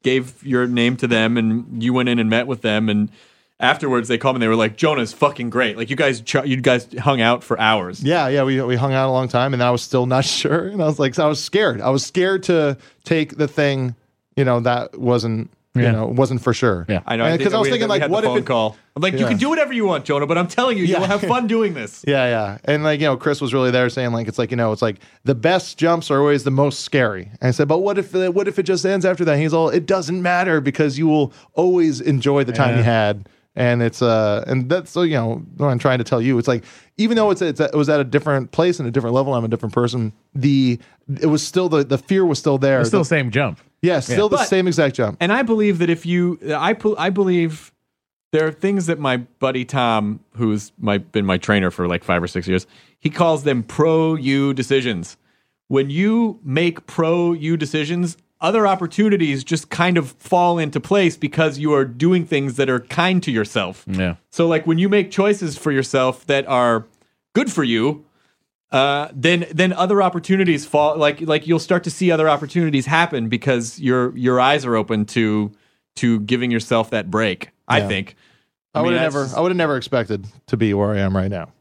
S2: gave your name to them and you went in and met with them and afterwards they called me and they were like Jonah's fucking great like you guys ch- you guys hung out for hours
S3: Yeah, yeah, we we hung out a long time, and I was still not sure, and I was like, so I was scared. I was scared to take the thing, you know, that wasn't, you
S4: Yeah.
S3: know, wasn't for sure.
S4: Yeah.
S2: I know
S3: because I, was
S2: we-
S3: thinking
S2: we
S3: like,
S2: had the
S3: what if
S2: phone
S3: it?
S2: call I'm like you
S3: Yeah.
S2: can do whatever you want Jonah but I'm telling you
S3: Yeah.
S2: you will have fun doing this
S3: Yeah, yeah, and like you know, Chris was really there saying like, it's like you know, it's like the best jumps are always the most scary. And I said, but what if what if it just ends after that? He's all, it doesn't matter because you will always enjoy the time you had. And it's uh, and that's so you know what I'm trying to tell you. It's like even though it's, it's it was at a different place and a different level, I'm a different person. The it was still the the fear was still there.
S4: It's still
S3: The-
S4: the same jump.
S3: Yeah, still the
S2: But-
S3: same exact jump.
S2: and I believe that if you I pu- I believe there are things that my buddy Tom who's my been my trainer for like 5 or 6 years he calls them pro you decisions when you make pro you decisions other opportunities just kind of fall into place because you are doing things that are kind to yourself
S4: Yeah.
S2: so like when you make choices for yourself that are good for you, uh, then then other opportunities fall like like you'll start to see other opportunities happen because your your eyes are open to to giving yourself that break. I think.
S3: I,
S2: mean,
S3: would have
S2: that's-
S3: never, I would have never expected to be where I am right now.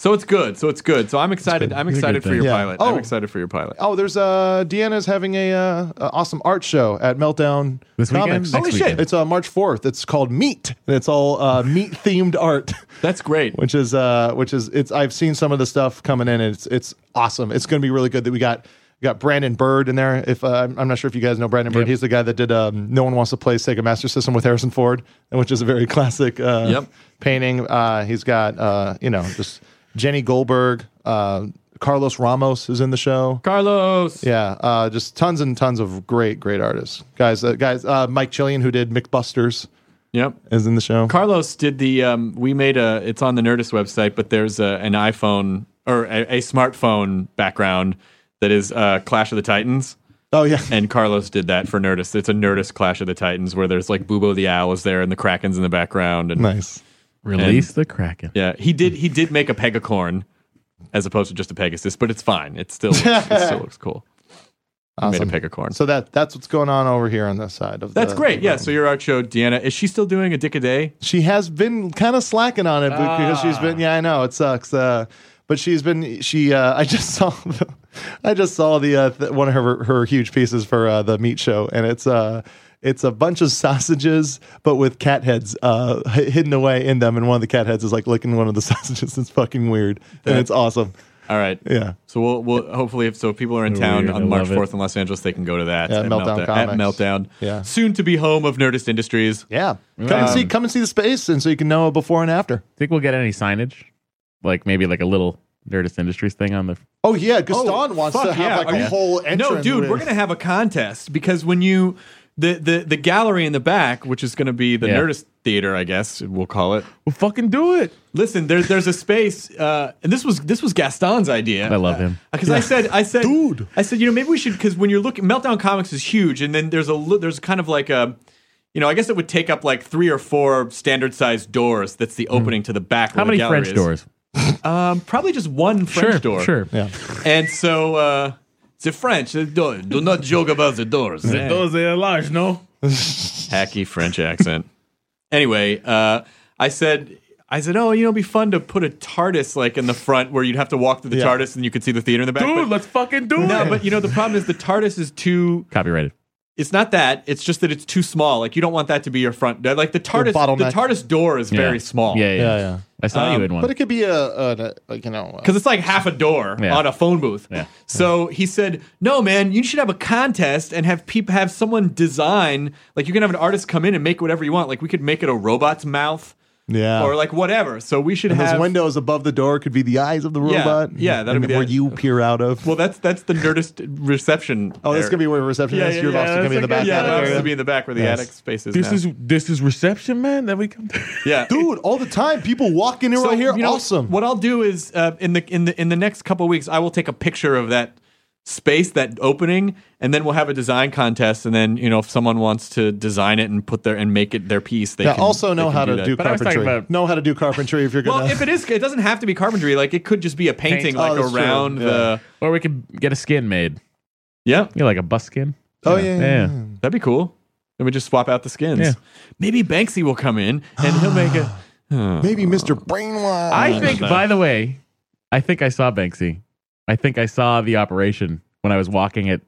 S2: So it's good. So it's good. So I'm excited. I'm
S4: It's a
S2: excited
S4: good
S2: for
S4: thing.
S2: your
S3: Yeah.
S2: pilot.
S3: Oh.
S2: I'm excited for your pilot.
S3: Oh, there's uh, Deanna's having a uh, a awesome art show at Meltdown
S4: This weekend?
S3: Comics.
S4: Next Holy shit. weekend.
S3: It's uh, March 4th. It's called Meat, and it's all uh, meat themed art.
S2: That's great.
S3: Which is uh, which is it's. I've seen some of the stuff coming in, and it's it's awesome. It's going to be really good. That we got You got Brandon Bird in there. If uh, I'm- I'm not sure if you guys know Brandon Bird,
S4: Yep.
S3: he's the guy that did um, "No One Wants to Play Sega Master System" with Harrison Ford, and which is a very classic uh,
S2: Yep.
S3: painting. Uh, he's got uh, you know just Jenny Goldberg, uh, Carlos Ramos is in the show.
S5: Carlos.
S3: Yeah, uh, just tons and tons of great, great artists, guys. Uh, guys, uh, Mike Chillian, who did McBusters,
S2: Yep.
S3: is in the show.
S2: Carlos did the. Um, we made a. It's on the Nerdist website, but there's a, an iPhone or a, a smartphone background that is uh, Clash of the Titans,
S3: oh yeah,
S2: and Carlos did that for Nerdist. It's a Nerdist Clash of the Titans where there's like Bubo the Owl is there and the Krakens in the background, and
S3: nice.
S4: Release the Kraken.
S2: yeah, he did. He did make a Pegacorn as opposed to just a Pegasus, but it's fine. It still looks, it still looks cool. He
S3: Awesome.
S2: Made a Pegacorn.
S3: So uh, that that's what's going on over here on this side of.
S2: That's
S3: the-
S2: great. Yeah. So your art show, Deanna, is she still doing a dick a day?
S3: she has been kind of slacking on it because she's
S2: Ah.
S3: been yeah i know it sucks uh, but she's been she uh, i just saw the, i just saw the uh, th- one of her her huge pieces for uh, the meat show and it's uh it's a bunch of sausages, but with cat heads uh, h- hidden away in them, and one of the cat heads is like licking one of the sausages. It's fucking weird, and it's awesome.
S2: All right.
S3: Yeah,
S2: So we'll we'll hopefully if so if people are in town
S4: Weird, I
S2: on March
S4: love it.
S2: fourth in Los Angeles, they can go to that
S3: Yeah,
S2: at
S3: Meltdown
S2: at
S3: Comics.
S2: meltdown.
S3: Yeah.
S2: soon to be home of Nerdist Industries.
S3: yeah. Come and see, come and see the space, and so you can know before and after.
S4: Think we'll get any signage? Like maybe like a little Nerdist Industries thing on the.
S3: Oh yeah, Gaston wants
S2: fuck
S3: to have
S2: yeah.
S3: like
S2: Are
S3: a
S2: you-
S3: whole entrance.
S2: No, dude,
S3: with-
S2: we're gonna have a contest because when you the the the gallery in the back, which is gonna be the
S4: Yeah.
S2: Nerdist Theater, I guess we'll call it.
S4: Well, fucking do it.
S2: Listen, there's there's a space, uh, and this was this was Gaston's idea.
S4: I love him.
S2: Because I said, I said, dude, I said, you know, maybe we should. Because when you're looking, Meltdown Comics is huge, and then there's a li- there's kind of like a, you know, I guess it would take up like three or four standard sized doors. That's the opening to the back.
S4: Hmm. How
S2: where the
S4: many
S2: gallery
S4: French
S2: is.
S4: doors?
S2: Um, probably just one French
S4: sure,
S2: door.
S4: sure.
S3: Yeah.
S2: And so uh, the French the door. Do not joke about the doors.
S4: Those are large, no.
S2: hacky French accent. Anyway, uh, I said, I said, oh, you know, it'd be fun to put a TARDIS like in the front where you'd have to walk through the
S3: Yeah.
S2: TARDIS and you could see the theater in the back.
S4: Dude,
S2: but,
S4: let's fucking do
S2: no,
S4: it.
S2: but you know, the problem is the TARDIS is too.
S4: Copyrighted.
S2: It's not that. It's just that it's too small. Like you don't want that to be your front. Like the TARDIS, the
S3: bottleneck.
S2: TARDIS door is
S4: Yeah.
S2: very small. Um,
S4: Yeah, yeah,
S3: Yeah, yeah.
S4: I saw you in one.
S3: But it could be a, a like you know.
S2: Because it's like half a door
S4: Yeah.
S2: on a phone booth.
S4: Yeah.
S2: So he said, "No, man, you should have a contest and have people have someone design. Like you can have an artist come in and make whatever you want. Like we could make it a robot's mouth,
S4: Oh.
S3: yeah.
S2: or like whatever. So we should
S3: And
S2: have
S3: those windows above the door could be the eyes of the
S2: Yeah,
S3: robot.
S2: yeah, that'd
S3: and
S2: be the
S3: where
S2: eye-
S3: you peer out of.
S2: Well, that's that's the nerdist reception.
S3: oh, that's gonna be where reception
S2: yeah,
S3: is.
S2: yeah,
S3: Your
S2: yeah,
S3: loft is gonna be in the
S4: that's
S3: back.
S4: a
S2: yeah,
S4: good-
S3: alley
S2: that
S3: area.
S2: to be in the back where the
S3: Yes.
S2: attic space is.
S4: this
S2: now.
S4: is this is reception, man. Then we come.
S2: yeah,
S3: Dude, all the time people walk in here
S2: So,
S3: right here.
S2: you know,
S3: awesome.
S2: What I'll do is uh, in the in the in the next couple of weeks, I will take a picture of that space, that opening, and then we'll have a design contest. And then you know, if someone wants to design it and put their and make it their piece, they
S3: yeah,
S2: can,
S3: also
S2: they
S3: know
S2: can
S3: how to
S2: that.
S3: do
S4: I was talking
S3: carpentry.
S4: about-
S3: know how to do carpentry if you're gonna.
S2: Well, if it is, it doesn't have to be carpentry. Like it could just be a painting,
S4: Paint.
S2: like
S3: Oh, that's true.
S2: around
S3: Yeah.
S2: the.
S4: Or we could get a skin made.
S2: Yeah,
S4: You know, like a bus skin.
S3: oh yeah, yeah,
S4: Yeah.
S3: yeah.
S2: that'd be cool. Then we just swap out the skins.
S4: Yeah.
S2: Maybe Banksy will come in and he'll make a.
S3: Maybe Mr. Brainwash.
S4: I think. By the way, I think I saw Banksy. I think I saw the operation when I was walking at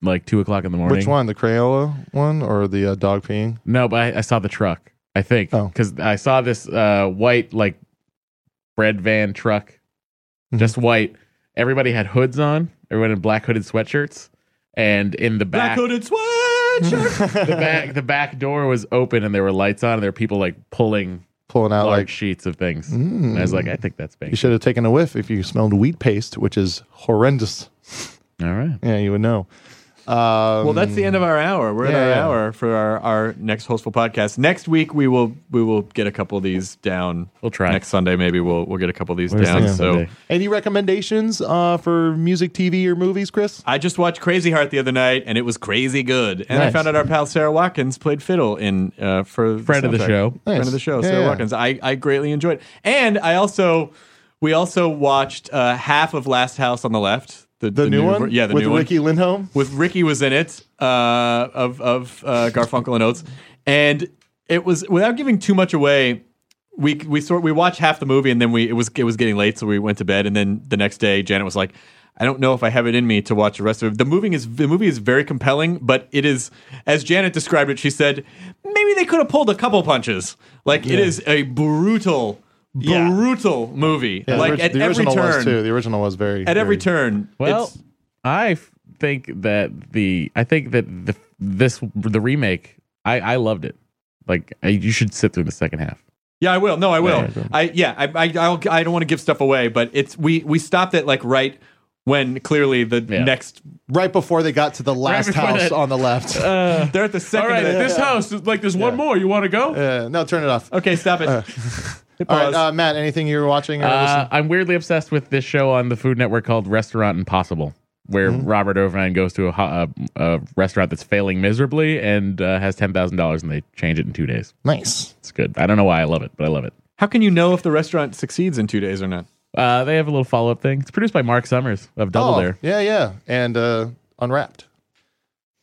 S4: like two o'clock in the morning.
S3: Which one, the Crayola one or the uh, dog peeing?
S4: No, but I, I saw the truck. I think
S3: Oh.
S4: because I saw this uh, white like bread van truck,
S3: Mm-hmm.
S4: just white. Everybody had hoods on. Everyone in black hooded sweatshirts, and in the
S2: Black
S4: back,
S2: hooded sweatshirt.
S4: the back, the back door was open, and there were lights on, and there were people like pulling
S3: Pulling out
S4: large
S3: like Mm.
S4: sheets of things. And I was like, I think that's
S3: you
S4: Banksy.
S3: should have taken a whiff if you smelled wheat paste, which is horrendous.
S4: All right.
S3: Yeah, you would know. Um,
S2: Well, that's the end of our hour. We're at
S3: Yeah,
S2: our
S3: yeah.
S2: hour for our, our next hostful podcast. Next week we will we will get a couple of these down.
S4: We'll try.
S2: next Sunday. Maybe we'll we'll get a couple of these
S4: Where's
S2: down.
S4: next
S2: so
S4: Sunday?
S3: Any recommendations uh, for music, TV, or movies, Chris?
S2: I just watched Crazy Heart the other night, and it was crazy good. And I
S3: Nice.
S2: found out our pal Sarah Watkins played fiddle in uh, for
S4: Friend of the
S2: soundtrack.
S4: show.
S2: Friend
S3: Nice.
S2: of the show,
S3: Yeah,
S2: Sarah
S3: yeah.
S2: Watkins. I I greatly enjoyed. It. And I also we also watched uh, half of Last House on the Left.
S3: The, new, one,
S2: yeah, the
S3: with
S2: new one.
S3: Ricky Lindholm.
S2: with Ricky was in it uh, of of uh, Garfunkel and Oates, and it was without giving too much away. We we sort we watched half the movie and then we it was it was getting late, so we went to bed. And then the next day, Janet was like, "I don't know if I have it in me to watch the rest of it." The movie is the movie is very compelling, but it is as Janet described it. She said maybe they could have pulled a couple punches. Like it is a brutal.
S3: Yeah.
S2: Brutal movie,
S3: Yeah,
S2: like
S3: orig-
S2: at every
S3: original was
S2: turn.
S3: too. The original was very
S2: At every
S3: very-
S2: turn,
S4: Well,
S2: it's-
S4: I f- think that the I think that the this the remake I I loved it. Like I, you should sit through the second half.
S2: Yeah, I will. No, I will.
S4: Yeah, go.
S2: I yeah, I I I'll, I don't want to give stuff away, but it's we we stopped it like right when clearly the
S4: Yeah.
S2: next
S3: right before they got to the last
S4: before
S3: house
S4: that-
S3: on the left.
S2: they're at the second. of the-
S4: house is like there's one more. You want to go?
S3: Uh, no, turn it off.
S2: okay, stop it. Hit
S3: All right,
S2: pause.
S3: uh, Matt. Anything you're watching? Or
S4: Uh,
S3: listening-
S4: I'm weirdly obsessed with this show on the Food Network called Restaurant Impossible, where
S3: Hmm?
S4: Robert Irvine goes to a, ho- a, a restaurant that's failing miserably and uh, has ten thousand dollars, and they change it in two days.
S3: nice.
S4: It's good. I don't know why I love it, but I love it.
S2: How can you know if the restaurant succeeds in two days or not?
S4: Uh, they have a little follow up thing. It's produced by Mark Summers of Double
S3: oh,
S4: Dare.
S3: Yeah, yeah, and uh, Unwrapped.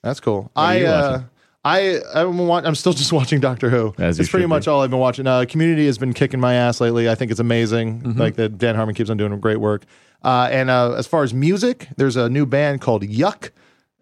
S3: That's cool.
S4: are
S3: I
S4: you
S3: uh,
S4: watching?
S3: I I'm, wa- I'm still just watching Doctor Who.
S4: As you
S3: That's pretty
S4: should
S3: much
S4: be.
S3: all I've been watching. Uh, Community has been kicking my ass lately. I think it's amazing.
S4: Mm-hmm.
S3: Like that, Dan Harmon keeps on doing great work. Uh, and uh, as far as music, there's a new band called Yuck,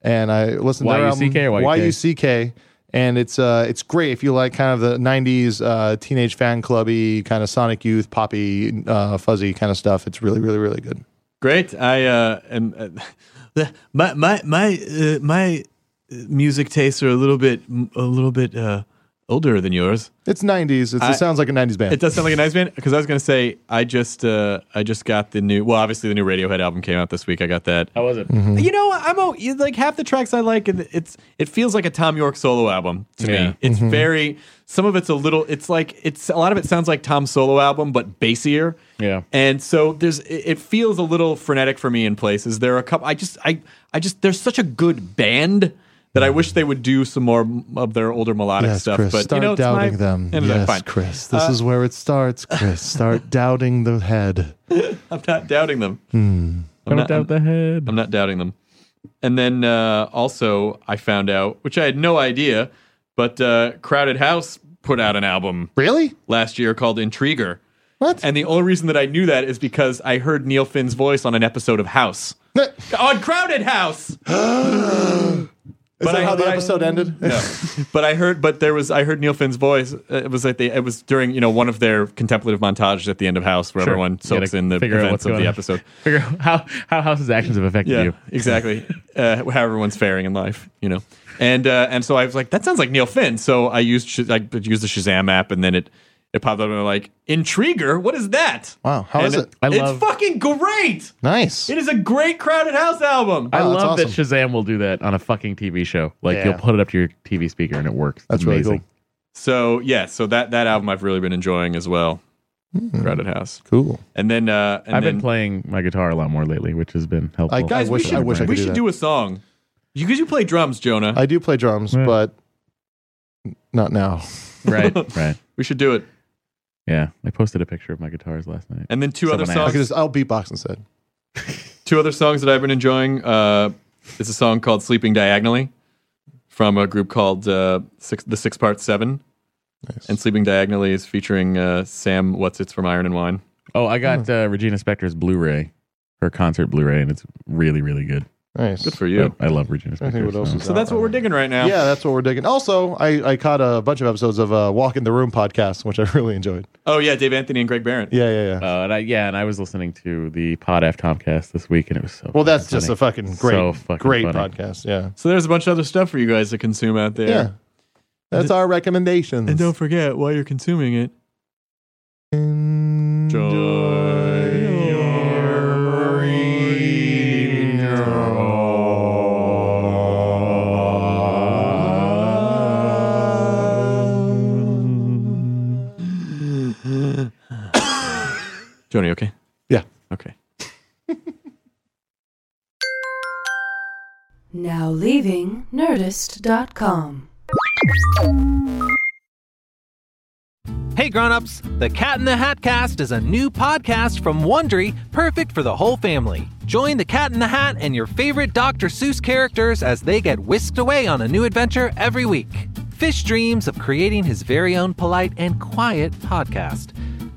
S3: and I listened to their album,
S4: Y-U-C-K or Y-U-K?
S3: YUCK, and it's uh it's great if you like kind of the '90s uh, teenage fan clubby kind of Sonic Youth poppy uh, fuzzy kind of stuff. It's really really really good.
S2: Great. I uh, am. Uh,
S6: the, my my my uh, my uh, music tastes are a little bit a little bit uh, older than yours.
S3: It's 90s. It's,
S2: I-
S3: it sounds like a 90s band.
S2: it does sound like a nice band because I was going to say I just uh, I just got the new. Well, obviously the new Radiohead album came out this week. I got that.
S4: How was it?
S3: Mm-hmm.
S2: You know, I'm o- you- like half the tracks I like, and it's it feels like a Tom York solo album to
S4: Yeah.
S2: me. It's
S3: Mm-hmm.
S2: very some of it's a little. It's like it's a lot of it sounds like Tom's solo album, but bassier.
S4: Yeah.
S2: And so there's it, it feels a little frenetic for me in places. There are a couple. I just I I just there's such a good band. That I wish they would do some more of their older melodic
S3: Yes,
S2: stuff,
S3: Chris,
S2: but
S3: start
S2: you know, it's my-
S3: doubting them.
S2: and they're
S3: Yes,
S2: fine. Uh,
S3: Chris, this is where it starts. Chris, start doubting the head.
S2: I'm not doubting them.
S3: Hmm.
S2: I'm,
S4: Don't
S2: not,
S4: doubt the head.
S2: I'm not doubting them. And then uh, also, I found out, which I had no idea, but uh, Crowded House put out an album
S3: Really?
S2: last year called Intriguer.
S3: What?
S2: And the only reason that I knew that is because I heard Neil Finn's voice on an episode of House. on Crowded House!
S3: is
S2: But
S3: that
S2: I-
S3: how the
S2: but I-
S3: episode ended?
S2: No. but I heard, but there was, I heard Neil Finn's voice. Uh, It was like they, it was during, you know, one of their contemplative montages at the end of House where
S4: Sure.
S2: everyone
S4: You gotta
S2: soaks in the
S4: figure out
S2: events
S4: what's
S2: of
S4: going
S2: the
S4: on.
S2: episode.
S4: Figure out how how House's actions have affected
S2: Yeah,
S4: you.
S2: exactly. uh, how everyone's faring in life, you know. And uh, and so I was like, that sounds like Neil Finn. So I used Sh- I used the Shazam app, and then it it popped up, and I'm like, Intriguer, what is that?
S3: Wow, how
S2: and
S3: is it?
S4: I
S2: it's
S4: love-
S2: fucking great.
S3: Nice.
S2: It is a great Crowded House album.
S4: I
S3: Wow, that's
S4: love that Shazam will do that on a fucking TV show. Like
S3: Yeah.
S4: you'll put it up to your TV speaker and it works.
S3: That's really
S2: so yeah, so that that album I've really been enjoying as well. Crowded House,
S3: Hmm. cool. Cool.
S2: and then uh, and
S4: I've
S2: then,
S4: been playing my guitar a lot more lately, which has been helpful.
S3: I-
S2: Guys,
S3: wish-
S2: we should,
S3: I wish I
S2: we
S3: could do
S2: should
S3: that.
S2: do a song. You because you play drums, Jonah.
S3: I do play drums,
S4: Yeah.
S3: but not now.
S4: right, right.
S2: we should do it,
S4: Yeah, I posted a picture of my guitars last night.
S2: and then two other
S4: Someone
S2: songs.
S3: I could just I'll beatbox instead.
S2: two other songs that I've been enjoying. Uh, it's a song called "Sleeping Diagonally" from a group called uh, six, the Six Part Seven,
S3: Nice.
S2: and "Sleeping Diagonally" is featuring uh, Sam What's It's from Iron and Wine.
S4: Oh, I got uh, Regina Spektor's Blu-ray, her concert Blu-ray, and it's really, really good.
S3: nice.
S2: Good for you.
S4: I love Regina
S3: I think
S4: Spektor.
S3: what else
S4: so-
S3: is
S2: So that's what we're digging right now.
S3: Yeah, that's what we're digging. Also, I, I caught a bunch of episodes of uh, Walk in the Room podcast, which I really enjoyed.
S2: Oh yeah, Dave Anthony and Greg Barron.
S3: Yeah, yeah, yeah.
S4: Uh, and I, yeah, and I was listening to the Pod F Tomcast this week, and it was so.
S3: well, that's just a
S4: funny.
S3: fucking great,
S4: So fucking
S3: great
S4: funny.
S3: podcast. Yeah.
S2: So there's a bunch of other stuff for you guys to consume out there.
S3: Yeah. That's our recommendations.
S2: And don't forget, while you're consuming it,
S3: Enjoy your
S2: Joni, okay?
S3: Yeah.
S2: Okay.
S7: Now leaving Nerdist.com.
S8: Hey grown-ups, The Cat in the Hat Cast is a new podcast from Wondery, perfect for the whole family. Join The Cat in the Hat and your favorite Dr. Seuss characters as they get whisked away on a new adventure every week. Fish dreams of creating his very own polite and quiet podcast.